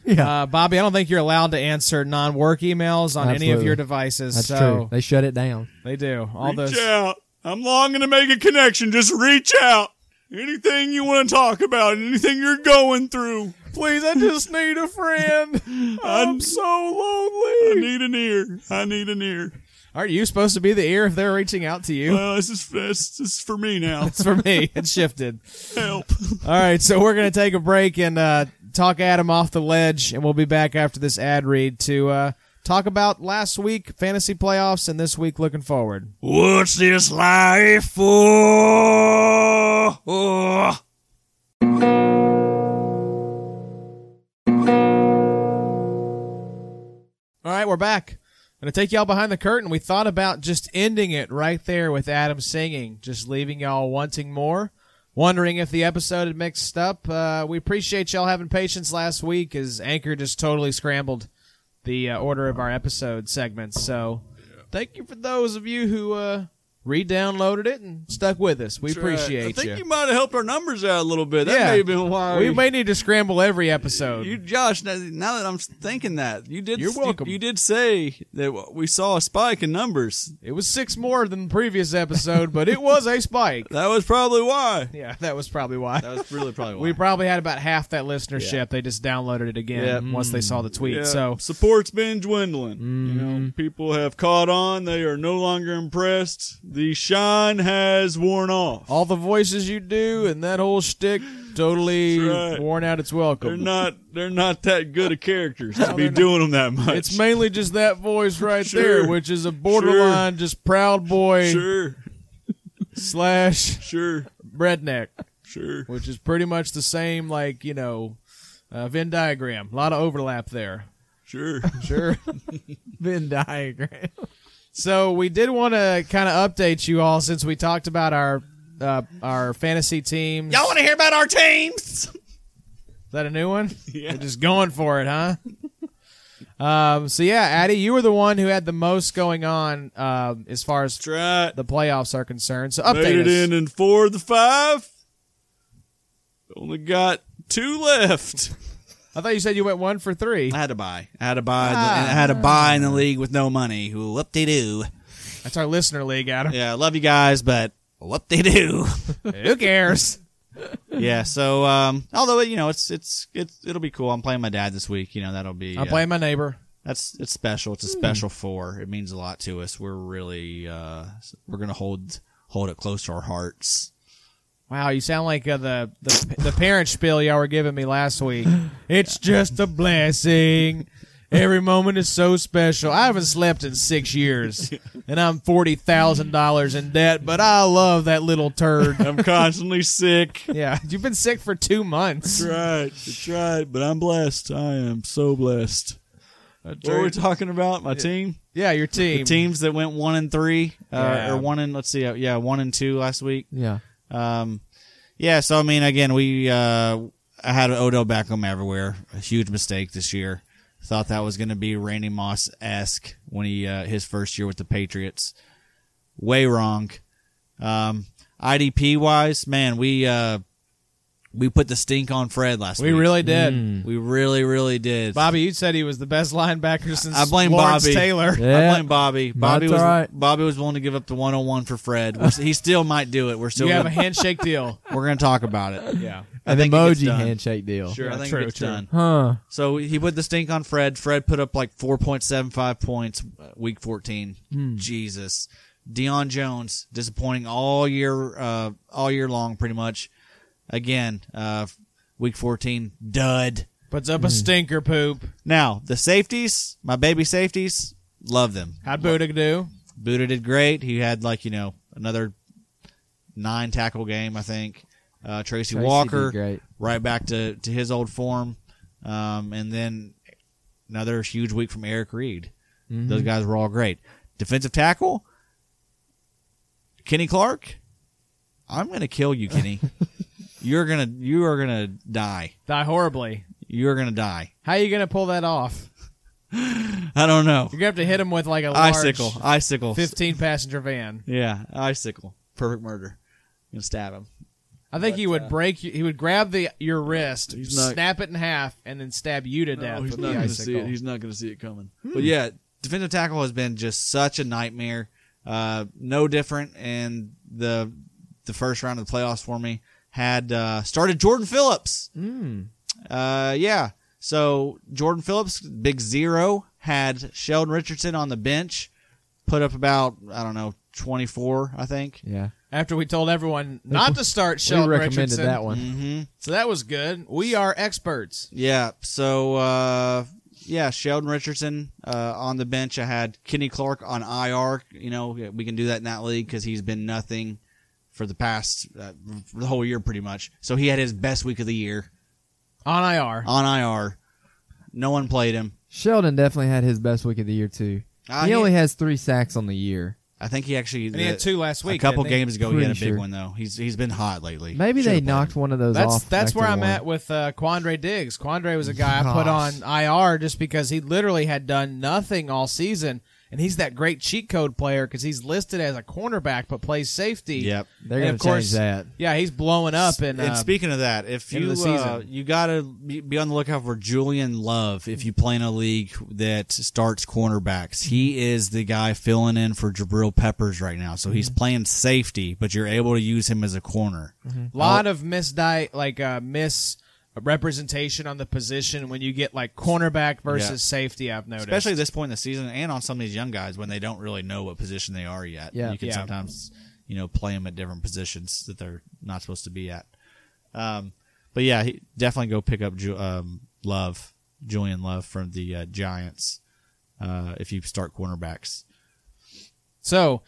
D: yeah,
B: uh, Bobby. I don't think you're allowed to answer non-work emails on any of
D: Absolutely.
B: your devices.
D: that's true.
B: so
D: They shut it down.
B: they do all
C: Reach
B: those.
C: out. I'm longing to make a connection. Just reach out. Anything you want to talk about, anything you're going through.
B: Please, I just need a friend.
C: I'm so lonely. Um, I need an ear. I need an ear.
B: Aren't you supposed to be the ear if they're reaching out to you?
C: Well, this is this, this is for me now.
B: It's for me. It shifted.
C: Help.
B: All right, so we're going to take a break and uh, talk Adam off the ledge, and we'll be back after this ad read to uh, talk about last week fantasy playoffs and this week looking forward.
C: What's this life for? Oh.
B: All right, we're back. I'm going to take y'all behind the curtain. We thought about just ending it right there with Adam singing, just leaving y'all wanting more, wondering if the episode had mixed up. Uh, we appreciate y'all having patience last week as Anchor just totally scrambled the uh, order of our episode segments. So thank you for those of you who uh, re-downloaded it and stuck with us. We appreciate
E: I think
B: you.
E: you might have helped our numbers out a little bit. That
B: Yeah.
E: may have been why
B: we may need to scramble every episode.
E: You, Josh, now, now that I'm thinking that, you did.
B: You're
E: you-
B: welcome.
E: You, did say that we saw a spike in numbers.
B: it was six more than the previous episode, but it was a spike.
E: That was probably why.
B: Yeah, that was probably why.
E: That was really probably why.
B: We probably had about half that listenership.
E: Yeah.
B: They just downloaded it again
E: Yeah.
B: once they saw the tweet.
C: Yeah,
B: So Mm-hmm.
C: support's been dwindling. You know, people have caught on. They are no longer impressed. The shine has worn off.
B: all the voices you do and that whole shtick totally
C: That's right.
B: worn out its
C: They're
B: welcome.
C: not. They're not that good of characters to be doing them that much.
B: It's mainly just that voice right
C: Sure.
B: there, which is a borderline just proud boy
C: sure,
B: slash
C: sure,
B: redneck,
C: sure.
B: which is pretty much the same like you know uh, Venn diagram. A lot of overlap there.
C: Sure.
B: Sure.
D: Venn diagram.
B: So we did want to kind of update you all since we talked about our uh, our fantasy teams.
E: Y'all want to hear about our teams?
B: Is that a new one?
C: Yeah.
B: We're just going for it, huh? um. So yeah, Addy, you were the one who had the most going on um, as far as
C: Try it.
B: the playoffs are concerned. So
C: Made
B: update
C: it
B: us.
C: in in four of the five. Only got two left.
B: I thought you said you went one for three.
E: I had to buy. I had to buy.
B: Ah.
E: and I had to buy in the league with no money. Whoop de doo.
B: That's our listener league, Adam.
E: Yeah, love you guys, but whoop de doo.
B: who cares?
E: yeah. So, um, although you know, it's it's it's it'll be cool. I'm playing my dad this week. You know, that'll be.
B: I'm
E: uh,
B: playing Hmm. my neighbor.
E: That's it's special. It's a special four. It means a lot to us. We're really uh, we're gonna hold hold it close to our hearts.
B: Wow, you sound like uh, the, the the parent spiel y'all were giving me last week. It's just a blessing. Every moment is so special. I haven't slept in six years, and I'm forty thousand dollars in debt. But I love that little turd.
C: I'm constantly sick.
B: Yeah, you've been sick for two months.
C: That's right. That's right. But I'm blessed. I am so blessed. What are we talking about? My team?
B: Yeah, your team.
E: The teams that went one and three, uh,
B: Yeah.
E: or one and let's see, uh, yeah, one and two last week.
D: Yeah.
E: Um, yeah, so I mean, again, we uh, I had Odell Beckham everywhere. A huge mistake this year. Thought that was going to be Randy Moss esque when he uh, his first year with the Patriots. Way wrong. Um, IDP wise, man, we uh, we put the stink on Fred last
B: We
E: week.
B: really did.
E: we really, really did.
B: Bobby, you said he was the best linebacker since
E: I blame
B: Lawrence
E: Bobby.
B: Taylor.
E: I
D: Yeah.
E: blame Bobby. Bobby
D: That's
E: was
D: all right.
E: Bobby was willing to give up the 101 for Fred. We're- he still might do it. We're still
B: You have a
E: gonna,
B: handshake deal.
E: we're going to talk about it.
B: Yeah,
E: I
D: An
E: think it gets
D: emoji
E: done.
D: handshake deal.
E: Sure, I
B: Yeah,
E: think
B: true,
E: it's
B: true.
E: done.
D: Huh.
E: So he put the stink on Fred. Fred put up like 4.75 points uh, week 14.
B: Hmm.
E: Jesus. Deion Jones disappointing all year uh, all year long pretty much. Again, uh, week 14 dud.
B: puts up a stinker poop.
E: Now, the safeties, my baby safeties, love them.
B: How'd Buddha do?
E: Buddha did great. He had like, you know, another nine tackle game, I think. Uh, Tracy,
D: Tracy
E: Walker
D: did great.
E: right back to, to his old form. Um, and then another huge week from Eric Reed.
B: Mm-hmm.
E: Those guys were all great. Defensive tackle, Kenny Clark. I'm gonna kill you, Kenny. You're gonna you are gonna die.
B: Die horribly.
E: You're gonna die.
B: How you gonna pull that off?
E: I don't know.
B: You're gonna have to hit him with like a large
E: Icicle, icicle.
B: 15 passenger van.
E: Yeah, icicle. Perfect murder. gonna stab him.
B: I think he would break. you- He would grab the your wrist,
C: He's not-
B: snap it in half, and then stab you to death
C: No, he's
B: with
C: not
B: the
C: going to see
B: icicle.
C: it. He's not going to see it coming.
E: But yeah, defensive tackle has been just such a nightmare. Uh, no different in the the first round of the playoffs for me. Had uh, started Jordan Phillips.
D: Mm-hmm.
E: Uh, yeah. So Jordan Phillips, big zero, had Sheldon Richardson on the bench, put up about I don't know twenty four, I think.
D: Yeah.
B: After we told everyone not to start
D: She we
B: Sheldon
D: recommended
B: Richardson,
D: that one.
E: Mm-hmm.
B: so that was good. We are experts.
E: Yeah. So uh, yeah, Sheldon Richardson uh, on the bench. I had Kenny Clark on IR. You know, we can do that in that league because he's been nothing for the past uh, the whole year pretty much. So he had his best week of the year
B: On IR,
E: on IR. No one played him.
D: Sheldon definitely had his best week of the year too.
E: Uh,
D: he
E: he-
D: only has three sacks on the year.
E: I think he actually uh,
B: and he had two last
E: a
B: week.
E: couple
B: didn't he?
E: games ago. He had a big
D: Pretty sure.
E: one though. He's he's been hot lately.
D: Maybe
E: Should've
D: they
E: played
D: knocked
E: him.
D: one of those
B: That's
D: off.
B: that's
D: back to
B: where I'm
D: one.
B: at with uh, Quandre Diggs. Quandre was a guy I put on IR just because he literally had done nothing all season, and he's that great cheat code player because he's listed as a cornerback but plays safety.
E: Yep.
D: They're
B: And
D: gonna
B: of course-
D: change that.
B: Yeah, he's blowing up and,
E: and
B: uh,
E: speaking of that, if
B: end
E: you
B: of the
E: uh,
B: season.
E: you gotta be be on the lookout for Julian Love if you play in a league that starts cornerbacks.
B: Mm-hmm.
E: He is the guy filling in for Jabril Peppers right now, so
B: Mm-hmm.
E: he's playing safety, but you're able to use him as a corner.
B: lot of misdi like uh, miss representation on the position when you get like cornerback versus
E: Yeah.
B: safety. I've noticed,
E: Especially at this point in the season, and on some of these young guys when they don't really know what position they are yet.
D: Yeah.
E: you can
B: Yeah.
E: sometimes you know play them at different positions that they're not supposed to be at. Um, but yeah, he, definitely go pick up Ju- um, Love, Julian Love from the uh, Giants uh, if you start cornerbacks.
B: so.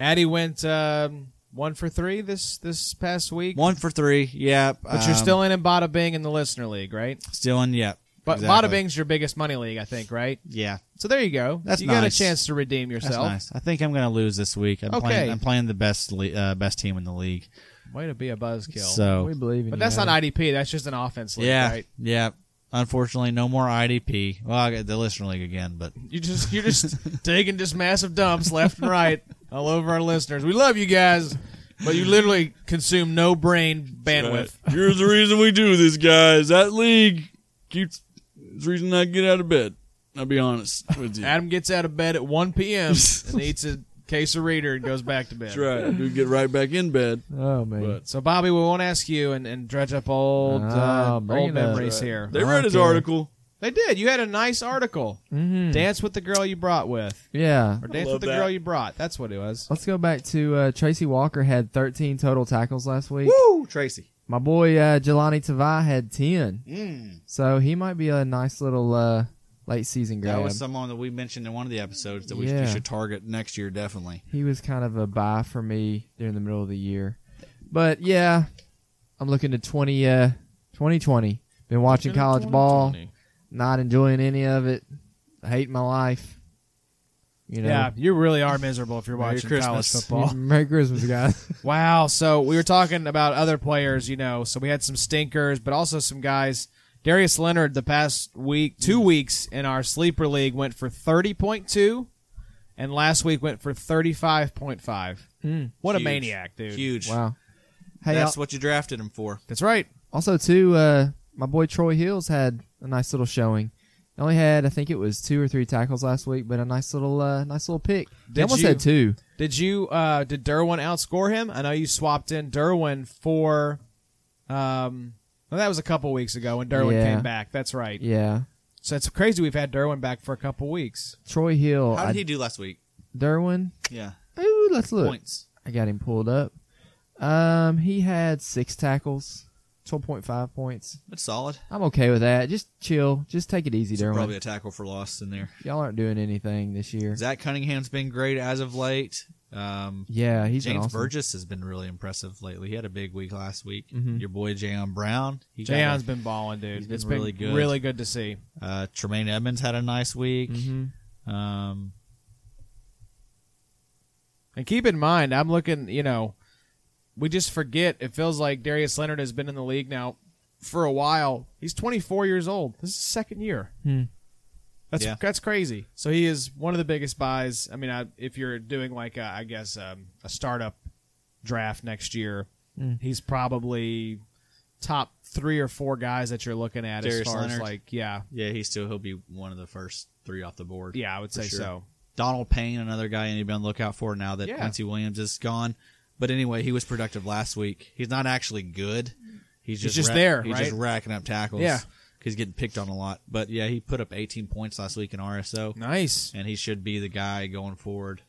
B: Addy went um, one for three this this past week,
E: One um, for three, yeah.
B: but you're still in and bada bing in the listener league, right?
E: still in, yeah.
B: But
E: Exactly.
B: Bada Bing's your biggest money league, I think, right?
E: Yeah,
B: So there you go.
E: That's
B: you got a
E: nice.
B: chance to redeem
E: that's
B: yourself.
E: nice. I think I'm gonna lose this week. I'm
B: Okay.
E: playing. I'm playing the best le- uh, best team in the league.
B: Way to be a buzzkill.
E: So
D: We believe in
B: but
D: you,
B: that's not
D: Adam.
B: IDP. That's just an offense league,
E: yeah,
B: right?
E: yeah. Unfortunately, no more IDP. Well, I got the listener league again, but
B: You just you're just taking just massive dumps left and right all over our listeners. We love you guys, but you literally consume no brain bandwidth.
C: Right. Here's the reason we do this, guys. That league keeps. It's the reason I get out of bed. I'll be honest with you.
B: Adam gets out of bed at 1 p.m. and eats a case of reader and goes back to bed.
C: That's right. I do get right back in bed.
D: Oh man.
C: But
B: So Bobby, we won't ask you and, and dredge up old
D: Ah,
B: uh,
D: bring
B: old
D: it up.
B: memories here.
C: they read his
D: Okay.
C: article.
B: They did. You had a nice article.
D: Mhm.
B: Dance with the girl you brought with,
D: Yeah.
B: or dance
C: love
B: with the
C: that.
B: girl you brought. That's what it was.
D: Let's go back to uh, Tracy Walker had 13 total tackles last week.
E: woo, Tracy.
D: My boy uh, Jelani Tavai had 10,
B: Mm.
D: so he might be a nice little uh, late season grab.
E: That was someone that we mentioned in one of the episodes that we
D: Yeah.
E: we should target next year definitely.
D: he was kind of a buy for me during the middle of the year, but yeah, I'm looking to 20 uh, 2020. Been watching college ball, not enjoying any of it. I hate my life. You know.
B: Yeah, you really are miserable if you're
E: Merry
B: watching college
E: Christmas. Mm-hmm.
B: football.
D: Merry Christmas, guys.
B: Wow. So we were talking about other players, you know. So we had some stinkers, but also some guys. Darius Leonard, the past week,
E: Mm.
B: two weeks in our sleeper league, went for thirty point two, and last week went for thirty five point five. What a
E: Mm. Huge.
B: maniac, dude!
E: Huge.
D: wow. Hey,
E: That's what you drafted him for.
B: That's right.
D: Also, too, uh, my boy Troy Hills had a nice little showing. He Only had, I think it was two or three tackles last week, but a nice little, uh, nice little pick.
B: Did
D: they almost
B: you-
D: had two.
B: Did you? uh Did Derwin outscore him? I know you swapped in Derwin for. Um, well, that was a couple weeks ago when Derwin
D: Yeah.
B: came back. That's right.
D: Yeah,
B: So it's crazy. We've had Derwin back for a couple weeks.
D: Troy Hill,
E: How
D: I-
E: did he do last week?
D: Derwin.
E: Yeah,
D: Ooh, let's look.
E: points.
D: I got him pulled up. Um, he had six tackles, twelve point five points.
E: That's solid.
D: I'm okay with that. Just chill. Just take it easy,
E: So
D: Derwin.
E: probably a tackle for loss in there.
D: Y'all aren't doing anything this year.
E: Zach Cunningham's been great as of late. Um,
D: Yeah, he's been
E: James
D: awesome.
E: Burgess has been really impressive lately. He had a big week last week.
D: Mhm.
E: Your boy Jayon Brown. He got
B: Jayan's been balling, dude.
E: He's been
B: it's been
E: really good.
B: really good to see.
E: a- uh, Tremaine Edmonds had a nice week.
D: hmm
E: Um,
B: And keep in mind, I'm looking, you know, we just forget. It feels like Darius Leonard has been in the league now for a while. He's 24 years old. This is his second year.
D: Hmm.
B: That's
E: Yeah.
B: that's crazy. So he is one of the biggest buys. I mean, I, if you're doing like a, I guess um, a startup draft next year,
D: Hmm.
B: he's probably top three or four guys that you're looking at as
E: Darius
B: far as
E: Leonard.
B: like yeah,
E: yeah, he still he'll be one of the first three off the board.
B: yeah, I would
E: For
B: say
E: sure.
B: so.
E: Donald Payne, another guy you need to be on the lookout for now that
B: Yeah.
E: Quincy Williams is gone. But anyway, he was productive last week. He's not actually good. He's just,
B: just there,
E: He's just
B: right?
E: racking up tackles.
B: Yeah.
E: 'Cause He's getting picked on a lot. But yeah, he put up 18 points last week in RSO,
B: Nice.
E: and he should be the guy going forward.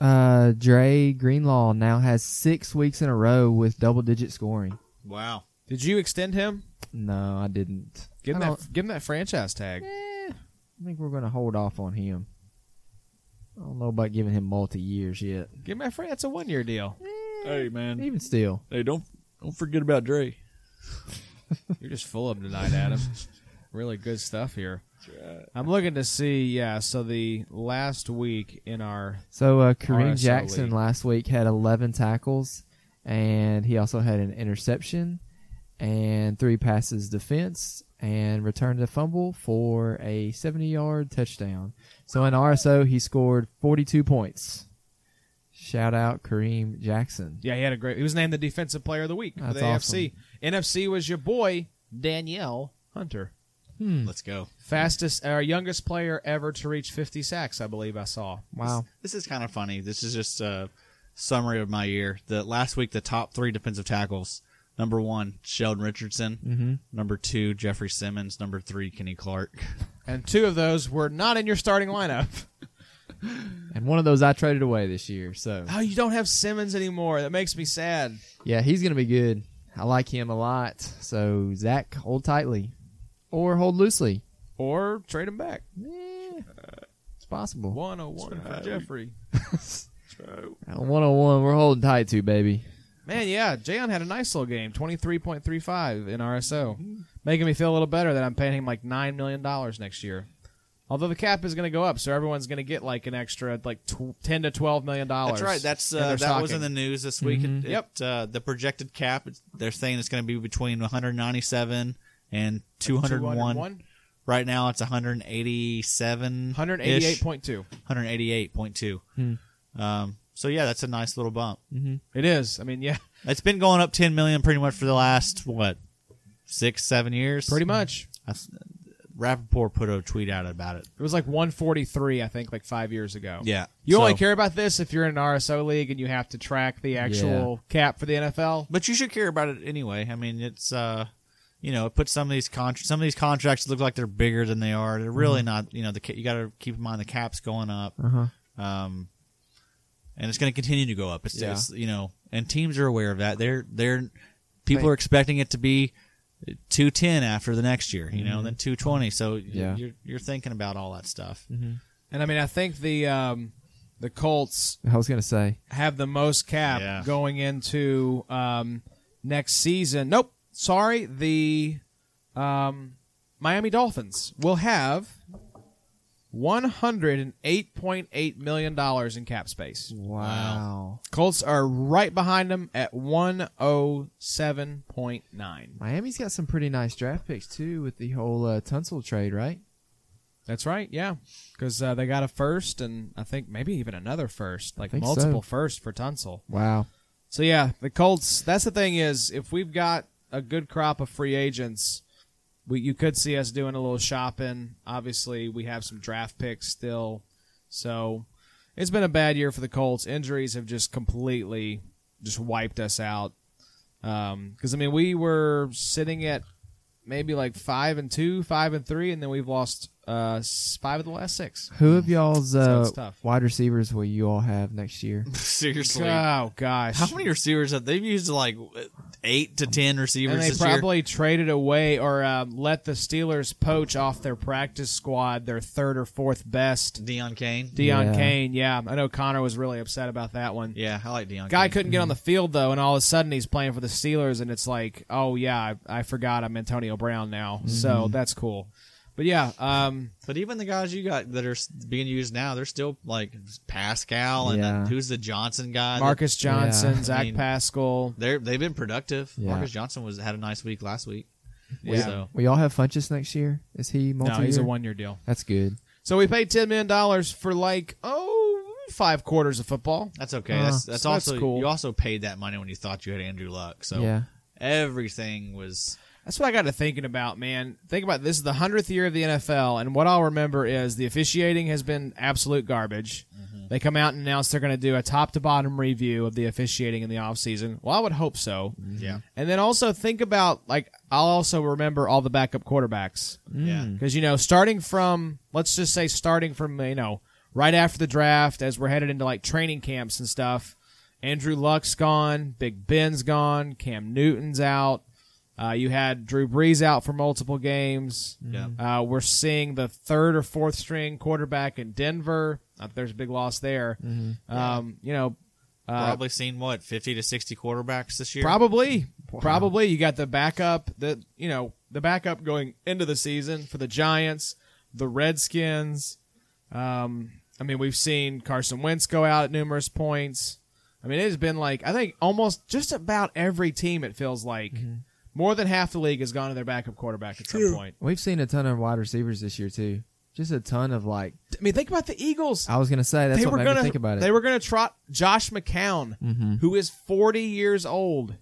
D: Uh, Dre Greenlaw now has six weeks in a row with double digit scoring.
E: Wow.
B: Did you extend him?
D: No, I didn't.
B: Give him
D: I
B: that. Give him that franchise tag.
D: I think we're going to hold off on him. I don't know about giving him multi years yet.
B: Give him that fran. That's a one year deal.
C: Hey man.
D: Even still,
C: Hey, don't don't forget about Dre.
B: You're just full of them tonight, Adam. really good stuff here. I'm looking to see. Yeah, so the last week in our
D: so uh, Kareem
B: RSL
D: Jackson
B: league.
D: last week had 11 tackles, and he also had an interception and three passes defense and returned a fumble for a 70 yard touchdown. So in RSO, he scored 42 points. Shout out Kareem Jackson.
B: yeah, he had a great. He was named the defensive player of the week for
D: That's
B: the AFC. NFC was your boy Danielle Hunter, Hmm.
E: Let's go.
B: fastest our youngest player ever to reach 50 sacks, I believe I saw.
D: Wow.
E: This is kind of funny. This is just a summary of my year. The last week, the top three defensive tackles. Number one, Sheldon Richardson.
D: Mm-hmm.
E: Number two, Jeffrey Simmons. Number three, Kenny Clark.
B: And two of those were not in your starting lineup.
D: And one of those I traded away this year. So
B: oh, you don't have Simmons anymore. That makes me sad.
D: yeah, he's gonna be good. I like him a lot. So Zach, hold tightly, or hold loosely.
B: Or trade him back.
D: Eh, it's possible.
B: 101 for Jeffrey.
C: That's right.
D: One on one, we're holding tight to baby.
B: Man, yeah, Jayon had a nice little game, twenty three point three five in RSO, making me feel a little better that I'm paying him like nine million dollars next year. Although the cap is going to go up, so everyone's going to get like an extra like tw- ten to twelve million dollars.
E: That's right. That's
B: in
E: uh,
B: their
E: that was
B: stocking.
E: in the news this week. It- it,
B: Mm-hmm. Yep.
E: uh, the projected cap. it's- They're saying it's going to be between 197 and 201.
B: 201?
E: Right now, it's 187.
B: 188.2.
E: 188.2.
B: Hmm.
E: Um, so yeah, that's a nice little bump.
B: It is. I mean, yeah,
E: It's been going up 10 million pretty much for the last what six, seven years.
B: pretty much.
E: That's- uh, Rappaport put a tweet out about it.
B: It was like 143, I think, like five years ago.
E: Yeah.
B: You only
E: So-
B: care about this if you're in an RSO league and you have to track the actual cap for the NFL.
E: but you should care about it anyway. I mean, it's uh, you know, it puts some of these con- some of these contracts look like they're bigger than they are. They're
D: Mm-hmm.
E: really not. You know, the ca- you got to keep in mind the cap's going up,
D: Uh-huh.
E: um, and it's going to continue to go up. It's,
D: Yeah.
E: it's you know, and teams are aware of that. They're they're people
D: Right.
E: are expecting it to be. 210 after the next year, you know, then 220. So y-
D: Mm-hmm. Yeah.
E: you're you're thinking about all that stuff.
B: And I mean, I think the um, the Colts
D: I was gonna say
B: have the most cap
E: Yeah.
B: going into um, next season. Nope, sorry, the um, Miami Dolphins will have 108.8 million dollars in cap space.
D: wow.
B: Colts are right behind them at 107.9.
D: Miami's got some pretty nice draft picks too with the whole uh, Tunsil trade, right?
B: That's right, yeah, because uh, they got a first and I think maybe even another first, like
D: think
B: multiple
D: so.
B: first for Tunsil.
D: Wow.
B: So yeah, the Colts. That's the thing is, if we've got a good crop of free agents, we you could see us doing a little shopping. Obviously, we have some draft picks still, so it's been a bad year for the Colts. Injuries have just completely just wiped us out. Because I mean, we were sitting at maybe like five and two, five and three, and then we've lost uh, s- five of the last six.
D: Who of y'all's uh,
B: it's tough.
D: wide receivers will you all have next year?
E: Seriously,
B: Oh gosh,
E: how many receivers have they've used? Like eight to ten receivers.
B: And they
E: this year?
B: probably traded away or um, let the Steelers poach off their practice squad their third or fourth best.
E: Deion Kane.
B: Deion
D: Yeah.
B: Kane, yeah. I know Connor was really upset about that one.
E: Yeah, I like Deion.
B: Guy
E: Kane.
B: couldn't get on the field, though, and all of a sudden he's playing for the Steelers, and it's like, oh, yeah, I, I forgot I'm Antonio Brown now.
D: Mm-hmm.
B: So that's cool. But yeah, um,
E: But even the guys you got that are s- being used now, they're still like Pascal and
D: Yeah.
E: then who's the Johnson guy?
B: Marcus Johnson,
D: Yeah.
B: Zach
E: I mean-
B: Pascal.
E: They're they've been productive.
D: Yeah.
E: Marcus Johnson was had a nice week last week.
B: Yeah.
E: So
D: Will y'all have Funches next year? Is he multi?
B: No, he's a one year deal.
D: That's good.
B: So we paid $10 million for like, oh, five quarters of football.
E: that's okay.
D: Uh,
E: that's that's
B: so that's
E: also
B: cool.
E: you also paid that money when you thought you had Andrew Luck. So
D: Yeah.
E: everything was
B: That's what I got to thinking about, man. Think about this is the hundredth year of the NFL, and what I'll remember is the officiating has been absolute garbage. They come out and announce they're going to do a top to bottom review of the officiating in the offseason. Well, I would hope so.
E: yeah.
B: And then also think about like I'll also remember all the backup quarterbacks
E: Yeah.
B: because you know starting from let's just say starting from you know right after the draft as we're headed into like training camps and stuff andrew luck's gone big ben's gone cam newton's out uh, you had drew brees out for multiple games
E: Yeah.
B: uh, we're seeing the third or fourth string quarterback in denver uh, there's a big loss there um, you know uh,
E: Probably seen what, fifty to sixty quarterbacks this year?
B: Probably, probably. You got the backup that you know the backup going into the season for the Giants, the Redskins. Um, I mean, we've seen Carson Wentz go out at numerous points. I mean, it has been like I think almost just about every team. It feels like
D: Mm-hmm.
B: more than half the league has gone to their backup quarterback at some point.
D: We've seen a ton of wide receivers this year too. Just a ton of like.
B: I mean, think about the Eagles.
D: I was gonna say that's
B: they
D: what
B: were
D: made
B: gonna
D: me think about it. Mm-hmm.
B: They were gonna trot Josh McCown, who is forty years old,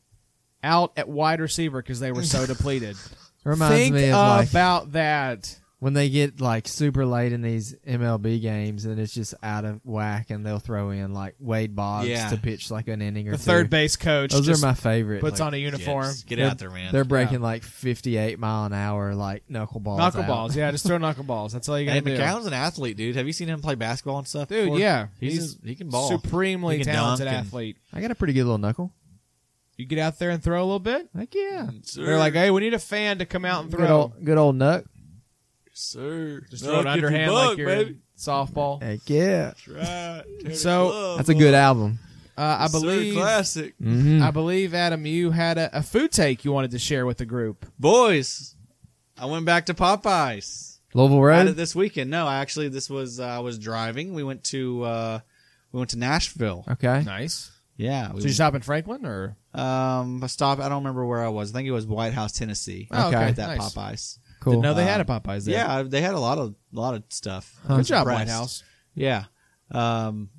B: out at wide receiver because they were so depleted.
D: Reminds
B: Think
D: me of like
B: about that.
D: when they get like super late in these MLB games and it's just out of whack, and they'll throw in like Wade Boggs
E: Yeah.
D: to pitch like an inning or
B: The
D: two.
B: third base coach
D: Those
B: just
D: are my favorite.
B: puts
D: Like,
B: on a uniform.
E: Yes. Get
D: They're-
E: out there, man.
D: They're breaking like 58 mile an hour like knuckleballs. out.
B: Knuckleballs, yeah, just throw knuckleballs. That's all you gotta
E: and
B: do.
E: McCown's an athlete, dude. Have you seen him play basketball and stuff?
B: Dude,
E: before?
B: yeah.
E: He's,
B: He's
E: he can ball.
B: Supremely
E: He can
B: talented
E: dunk and-
B: athlete.
D: I got a pretty good little knuckle.
B: You get out there and throw a little bit.
D: Like yeah,
E: Mm,
B: They're like, hey, we need a fan to come out and
D: good
B: throw.
D: old good old nuck.
C: Sir.
B: Just throw it underhand like you're in softball.
D: Heck yeah,
C: Right.
B: So-
D: that's a good album. Mm-hmm.
B: Uh, I believe.
C: Sir, classic.
B: I believe Adam, you had a, a food take you wanted to share with the group.
E: Boys, I went back to Popeyes.
D: Louisville
E: Had it
D: Road.
E: this weekend. No, actually, this was uh, I was driving. We went to uh, we went to Nashville.
D: Okay.
B: Nice.
E: Yeah,
B: So
E: we,
B: you shop in Franklin, or
E: um, I stopped. I don't remember where I was. I think it was White House, Tennessee.
B: Oh, okay.
E: at that
B: Nice.
E: Popeyes.
D: Cool.
B: didn't know they had a Popeyes there.
E: Yeah, they had a lot of lot of stuff. I
B: Good
E: was
B: job, White
E: impressed.
B: House.
E: Yeah. Um,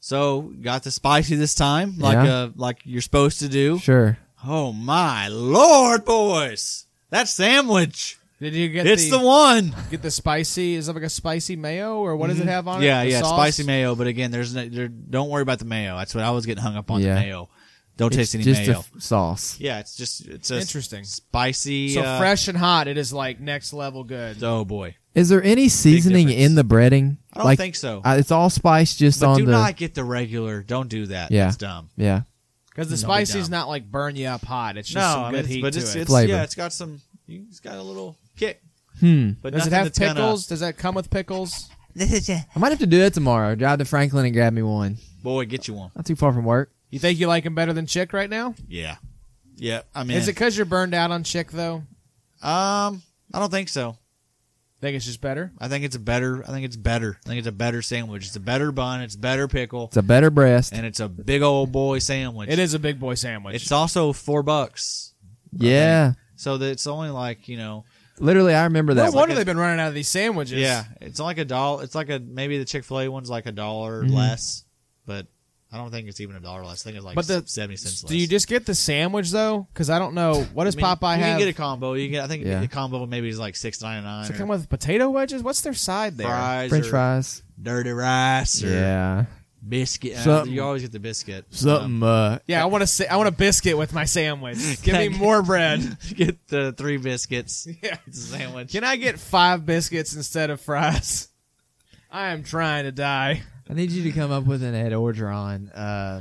E: so got the spicy this time, like
D: Yeah.
E: uh, like you're supposed to do.
D: Sure.
E: Oh my lord, boys! That sandwich.
B: Did you get
E: It's
B: the,
E: the one.
B: get the spicy? Is it like a spicy mayo, or what does it have on it?
E: Mm-hmm. Yeah,
B: The
E: yeah,
B: sauce?
E: spicy mayo. But again, there's no, there, don't worry about the mayo. That's what I was getting hung up on
D: Yeah.
E: the mayo. Don't taste any
D: just
E: mayo.
D: a f- sauce.
E: yeah, it's just it's a
B: Interesting.
E: spicy.
B: So
E: uh,
B: fresh and hot, it is like next level good.
E: Oh boy,
D: Is there any seasoning
E: difference.
D: in the breading?
E: I don't
D: like,
E: think so.
D: I- it's all spice just
E: but
D: on
E: do
D: the.
E: not get the regular. Don't do that.
D: Yeah.
E: That's dumb.
D: yeah.
B: Because the
E: Don't be
B: spicy is
E: dumb.
B: not like burn you up hot. It's just
E: no,
B: some
E: I mean,
B: good
E: it's-
B: heat
E: but
B: to
E: it's,
B: it.
E: it's
D: Flavor.
E: yeah, it's got some. It's got a little kick.
D: Hmm.
E: But
B: Does it
E: nothing
B: have
E: that's gonna-
B: pickles? Does that come with pickles?
D: I might have to do that tomorrow. Drive to Franklin and grab me one.
E: boy, get you one.
D: Not too far from work.
B: You think you like them better than chick right now?
E: Yeah, yeah. I mean,
B: Is it because you're burned out on chick though?
E: um, I don't think so.
B: Think it's just better.
E: I think it's a better. I think it's better. I think it's a better sandwich. It's a better bun. It's better pickle.
D: It's a better breast.
E: and uh, it's a big old boy sandwich.
B: It is a big boy sandwich.
E: It's also four bucks,
D: yeah.
E: so that it's only like you know.
D: Literally, I remember
B: no
D: that. one.
B: wonder they've been running out of these sandwiches.
E: Yeah, it's like a dollar. It's like a maybe the Chick Fil A one's like a dollar
B: Mm-hmm.
E: less, but I don't think it's even a dollar less. I think it's like
B: But the-
E: seventy cents. less.
B: Do you just get the sandwich though? Because I don't know what does
E: I mean,
B: Popeye
E: You
B: have.
E: can get a combo. You can get. I think
D: Yeah.
E: the combo maybe is like six ninety nine.
B: Does it come with potato wedges? What's their side there?
E: fries,
D: French
E: or
D: fries.
E: dirty rice, or
D: Yeah.
E: biscuit. Uh,
D: Something.
E: you always get the biscuit.
D: Uh,
B: Yeah, I want to. Sa- I want a biscuit with my sandwich. Give
E: I
B: me
E: get-
B: more bread.
E: Um, get the three biscuits.
B: Yeah.
E: It's a sandwich.
B: Can I get five biscuits instead of fries? I am trying to die.
D: I need you to come up with an Ed Orgeron uh,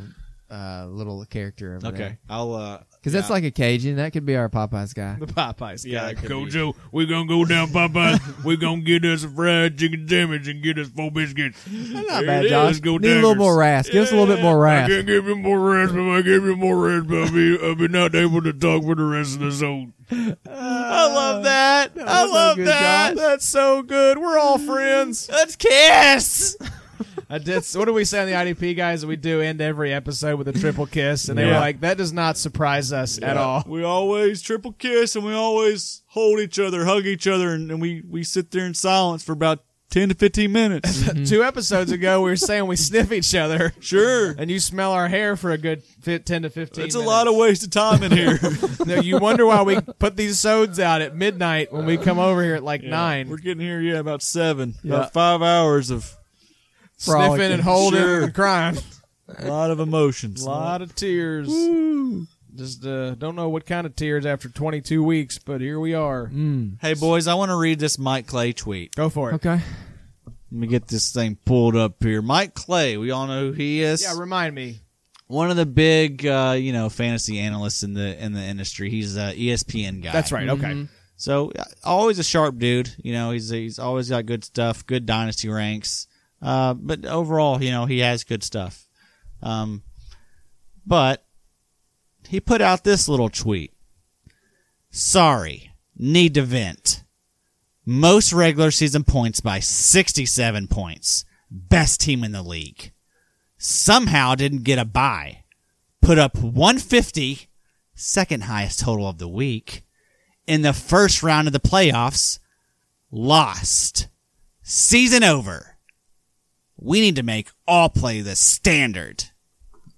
D: uh, little character. Over
E: okay, I'll. uh
D: Because that's
E: yeah.
D: like a Cajun. That could be our Popeyes guy.
B: The Popeyes.
E: Yeah,
B: guy.
E: it could
B: Go
E: be.
B: Joe.
A: We're going to go down Popeyes. We're going to get us a fried chicken sandwich and get us four biscuits. That's
D: Not bad, Josh. Need a little more rasp. Give us a little bit more
A: I
D: rasp.
A: can't give you more rest, but if I give you more rest, but I'll be, I'll be not able to talk for the rest of this old.
E: I love Uh, that. I
D: so
E: love
D: good,
E: that.
D: Josh.
B: That's so good. We're all friends.
E: Let's kiss.
B: I did. What do we say on the IDP guys? We do end every episode with a triple kiss, and they were
D: Yeah.
B: like, "That does not surprise us at all."
C: We always triple kiss and we always hold each other, hug each other, and, and we, we sit there in silence for about 10 to 15 minutes.
E: Mm-hmm.
B: Two episodes ago, we were saying we sniff each other,
C: sure.
B: and you smell our hair for a good fi ten to fifteen.
C: It's a lot of wasted time in here.
B: No, you wonder why we put these sods out at midnight when we come over here at like nine,
C: We're getting here, yeah, about seven.
D: Yeah.
C: About five hours of
B: sniffing and holding
C: Sure.
B: and crying.
C: a lot of emotions.
B: A lot of tears. Just uh, don't know what kind of tears after 22 weeks, but here we are.
E: Hey boys, I want to read this Mike Clay tweet.
B: Go for it.
D: Mm. Okay.
E: Let me get this thing pulled up here. Mike Clay, we all know who he is.
B: Yeah, remind me.
E: One of the big, uh, you know, fantasy analysts in the in the industry. He's a E ESPN guy.
B: That's right. Okay.
E: So uh, always a sharp dude. You know, he's he's always got good stuff, good dynasty ranks. Uh, but overall, you know, he has good stuff. Um, but he put out this little tweet. Sorry, need to vent. Most regular season points by 67 points. Best team in the league. Somehow didn't get a bye. Put up 150, second highest total of the week in the first round of the playoffs, lost. Season over. We need to make all play the standard.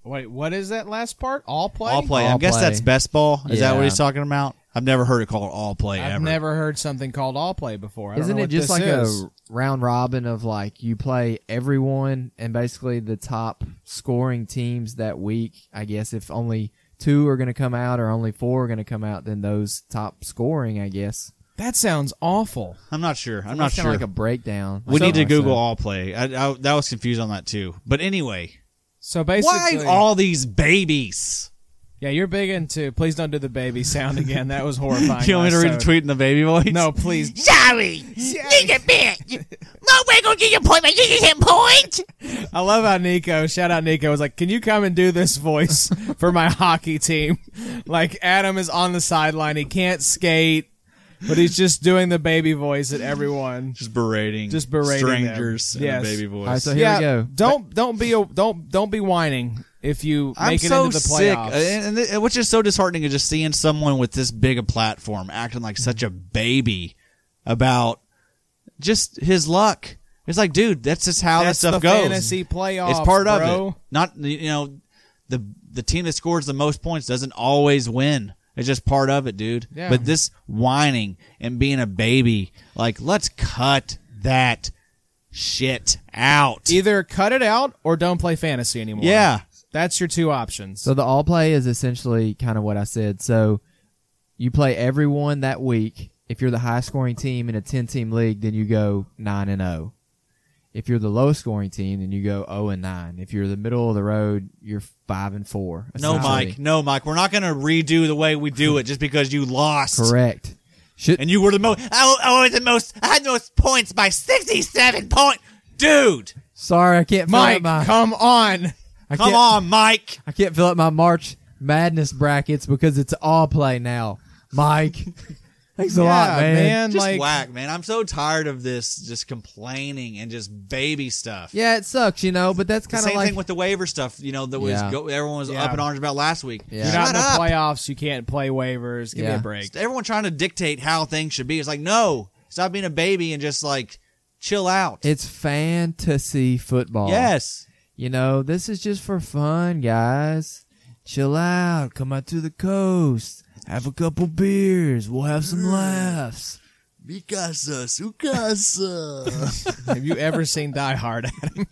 B: Wait, what is that last part? All play?
E: All play. I
D: All
E: guess
D: play.
E: that's best ball. Is that
D: Yeah.
E: what he's talking about? I've never heard it called all play
B: I've
E: ever.
B: never heard something called all play before. I don't
D: Isn't
B: know
D: it
B: what
D: just
B: this
D: like
B: is.
D: a round robin of like you play everyone and basically the top scoring teams that week? I guess if only two are going to come out or only four are going to come out, then those top scoring, I guess.
B: That sounds awful.
E: I'm not sure. I'm
D: That
E: not
D: sounded
E: sure.
D: like a breakdown.
E: we
D: So-
E: need to
D: so-
E: Google all play. I, I, that was confused on that too. But anyway,
B: So basically,
E: why all these babies?
B: yeah, you're big into. Please don't do the baby sound again. That was horrifying.
E: Do you want me to
B: last
E: read the
B: time.
E: tweet in the baby voice?
B: No, please.
F: Sorry. Need a bit. No way gonna get your point by 67 points.
B: I love how Nico, shout out Nico, was like, "Can you come and do this voice for my hockey team?" Like Adam is on the sideline, he can't skate, but he's just doing the baby voice at everyone.
E: Just berating,
B: Just berating them.
E: strangers in a
B: Yes.
E: baby
D: All
E: voice.
D: right, so here
B: yeah,
D: we go.
B: don't don't be a, don't don't be whining if you
E: I'm
B: make it
E: so
B: into the
E: sick, Uh,
B: playoffs.
E: and, and it- which is so disheartening is just seeing someone with this big a platform acting like such a baby about just his luck. It's like, dude, that's just how
B: That's
E: that
B: the
E: stuff goes.
B: fantasy playoffs.
E: it's part
B: bro.
E: of it. Not you know, the the team that scores the most points doesn't always win. It's just part of it, dude.
B: Yeah.
E: But this whining and being a baby, like, let's cut that shit out.
B: Either cut it out or don't play fantasy anymore.
E: yeah.
B: that's your two options.
D: So the all play is essentially kind of what I said. So you play everyone that week. If you're the high scoring team in a 10 team league, then you go 9 and 0. If you're the low scoring team, then you go 0 and 9. If you're the middle of the road, you're 5 and 4.
E: No,
D: essentially.
E: Mike. No, Mike. We're not going to redo the way we do it just because you lost.
D: Correct. Should,
E: And you were the most. I, I was the most. I had the most points by sixty-seven point, dude.
D: sorry, I can't fill
B: Mike,
D: up my
B: come on.
D: I
E: Come
D: can't,
E: on, Mike.
D: I can't fill up my March Madness brackets because it's all play now. Mike, thanks a lot,
B: yeah,
D: man.
B: man.
E: Just
B: like,
E: whack, man. I'm so tired of this, just complaining and just baby stuff.
D: Yeah, it sucks, you know, but that's
E: The
D: kind of
E: same
D: like
E: thing with the waiver stuff. You know that was
D: Yeah.
E: go, everyone was
B: Yeah.
E: up in arms about last week.
D: Yeah.
B: You're
E: Shut
B: not in the
E: up.
B: playoffs. You can't play waivers. Give me
D: Yeah.
B: a break.
E: Everyone trying to dictate how things should be. It's like no, stop being a baby and just like chill out.
D: It's fantasy football.
E: yes.
D: You know, this is just for fun, guys. Chill out. Come out to the coast. Have a couple beers. We'll have some laughs.
E: Mikasa, Sukasa.
B: Have you ever seen Die Hard, Adam?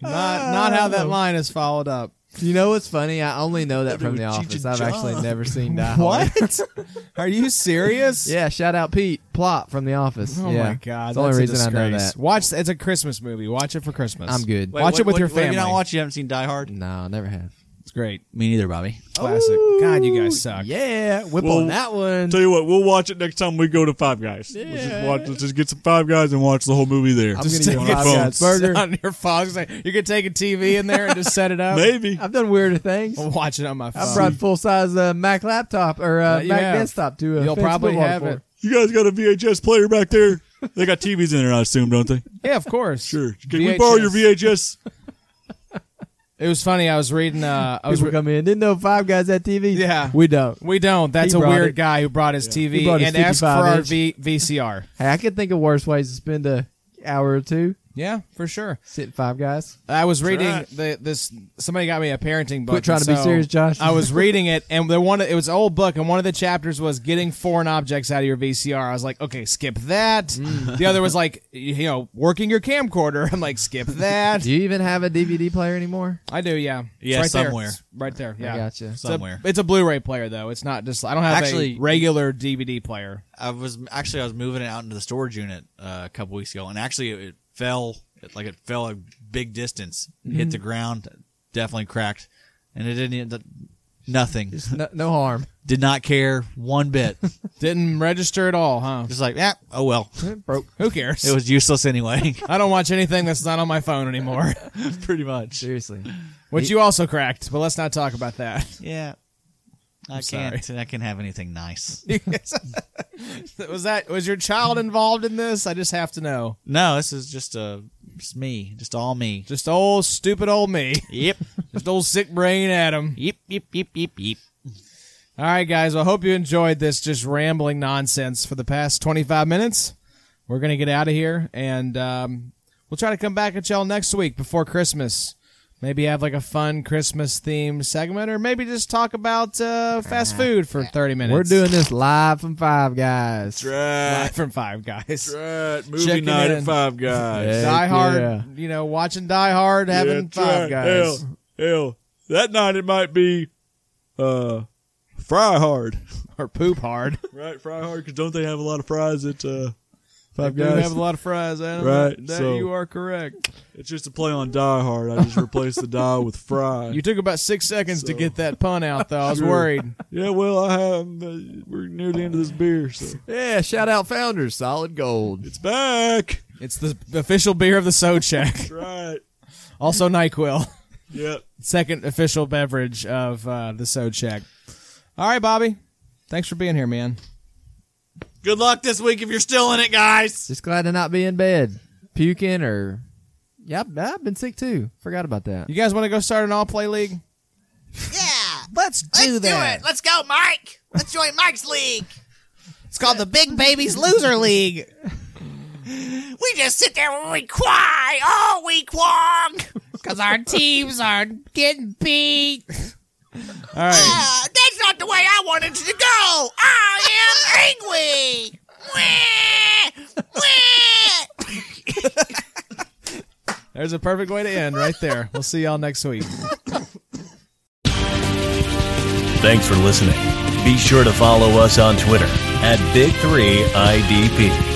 B: not, not how that line is followed up.
D: You know what's funny? I only know that from The
E: Cheech and
D: Office. I've actually
E: Chong.
D: never seen that.
B: What? Are you serious?
D: Yeah, shout out Pete Plot from The Office.
B: Oh
D: yeah.
B: my god. That's
D: It's the only
B: a
D: reason I know
B: disgrace.
D: that.
B: Watch. It's a Christmas movie. Watch it for Christmas.
D: I'm good.
B: Watch it with your
E: You
B: family.
E: not watch. You haven't seen Die Hard.
D: No, I never have.
B: It's great.
E: Me neither, Bobby.
B: Classic. God, you guys suck.
D: Yeah, whip
C: Well,
D: on that one.
C: Tell you what, we'll watch it next time we go to Five Guys. Let's, just watch, let's just get some Five Guys and watch the whole movie there.
D: I'm
C: Just
D: gonna
C: on
D: get
C: our
D: Five
C: phones.
D: Guys burger.
B: on your Fox. You're gonna take a TV in there and just set it up.
C: Maybe.
D: I've done weirder things.
B: I'll watch it on my phone.
D: I brought full size uh, Mac laptop or uh,
B: Yeah, you
D: Mac
B: have.
D: desktop to a
B: You'll
D: fancy
B: probably
D: football
B: have
D: court.
B: it.
C: You guys got a VHS player back there? They got TVs in there, I assume, don't they?
B: Yeah, of course.
C: Sure. Can we borrow your VHS?
B: It was funny. I was reading. Uh, I was.
D: People
B: re-
D: come in. Didn't know Five Guys had TV.
B: Yeah.
D: we don't.
B: we don't. That's
D: He
B: a
D: brought
B: weird
D: it.
B: guy who brought his TV
D: He brought his
B: and asked for
D: 55
B: our
D: inch.
B: v- VCR.
D: Hey, I could think of worse ways to spend a hour or two
B: Yeah, for sure.
D: sitting Five Guys.
B: I was reading
C: right.
B: the, this. Somebody got me a parenting book.
D: Quit trying
B: and
D: to be
B: so
D: serious, Josh.
B: I was reading it, and the one it was an old book, and one of the chapters was getting foreign objects out of your VCR. I was like, okay, skip that.
D: Mm.
B: The other was like, you know, working your camcorder. I'm like, skip that.
D: Do you even have a DVD player anymore?
B: I do, yeah. It's
E: Yeah,
B: right there.
E: somewhere.
B: It's right there.
D: I
B: Yeah,
D: gotcha.
B: It's a-
E: Somewhere.
B: It's a, Blu-ray player though. It's not just. I don't have
E: Actually-
B: a regular DVD player.
E: I was actually I was moving it out into the storage unit uh, a couple weeks ago, and actually it, it fell it, like it fell a big distance, hit the ground, definitely cracked, and it didn't it- nothing.
D: No, no harm.
E: Did not care one bit.
B: Didn't register at all, huh?
E: Just like ah, oh well,
D: Broke.
B: Who cares?
E: it was useless anyway.
B: I don't watch anything that's not on my phone anymore.
E: Pretty much.
D: Seriously.
B: Which you also cracked, but let's not talk about that.
E: Yeah. I
B: sorry.
E: can't. I can't have anything nice.
B: was that was your child involved in this? I just have to know.
E: No, this is just uh, just me, just all me.
B: Just old stupid old me.
E: Yep.
B: Just old sick brain Adam.
E: Yep. Yep. Yep. Yep. Yep.
B: All right, guys. Well, I hope you enjoyed this just rambling nonsense for the past 25 minutes. We're going to get out of here, and um, we'll try to come back at y'all next week before Christmas. Maybe have like a fun Christmas themed segment, or maybe just talk about uh, fast food for 30 minutes.
D: We're doing this live from Five Guys.
C: Right.
B: Live from Five Guys.
C: Right. Movie
B: Checking
C: night
B: in.
C: at Five Guys.
D: Yeah.
B: Die
D: Heck
B: Hard,
D: yeah.
B: you know, watching Die Hard, having
C: that's
B: Five
C: right.
B: Guys.
C: Hell, hell. That night it might be uh, Fry Hard.
B: or poop hard.
C: Right, Fry Hard, because don't they have a lot of fries at uh,
B: Five
C: Five
B: You
C: Guys?
B: have a lot of fries, Adam.
C: Right,
B: That
C: so-
B: you are correct.
C: It's just a play on Die Hard. I just replaced the die with Fry.
B: You took about six seconds to
C: So-
B: get that pun out, though. I was
C: Sure.
B: worried.
C: yeah, well, I have. Uh, we're near the end of this beer, so
D: Yeah, shout out Founders, solid gold.
C: it's back.
B: It's the official beer of the So Check.
C: That's right.
B: Also NyQuil.
C: Yep.
B: Second official beverage of uh, the So Check. All right, Bobby. Thanks for being here, man.
E: Good luck this week if you're still in it, guys.
D: Just glad to not be in bed, puking or. Yeah, I've- I've been sick too. Forgot about that.
B: You guys want to go start an all play league?
F: Yeah. Let's do that. Let's go, Mike. Let's join Mike's league. It's called the Big Babies Loser League. We just sit there and we cry all week long because our teams are getting beat.
B: All right.
F: Ah, that's not the way I wanted it to go. I am angry. Wah, wah.
B: There's a perfect way to end right there. We'll see y'all next week.
A: Thanks for listening. Be sure to follow us on Twitter at Big3IDP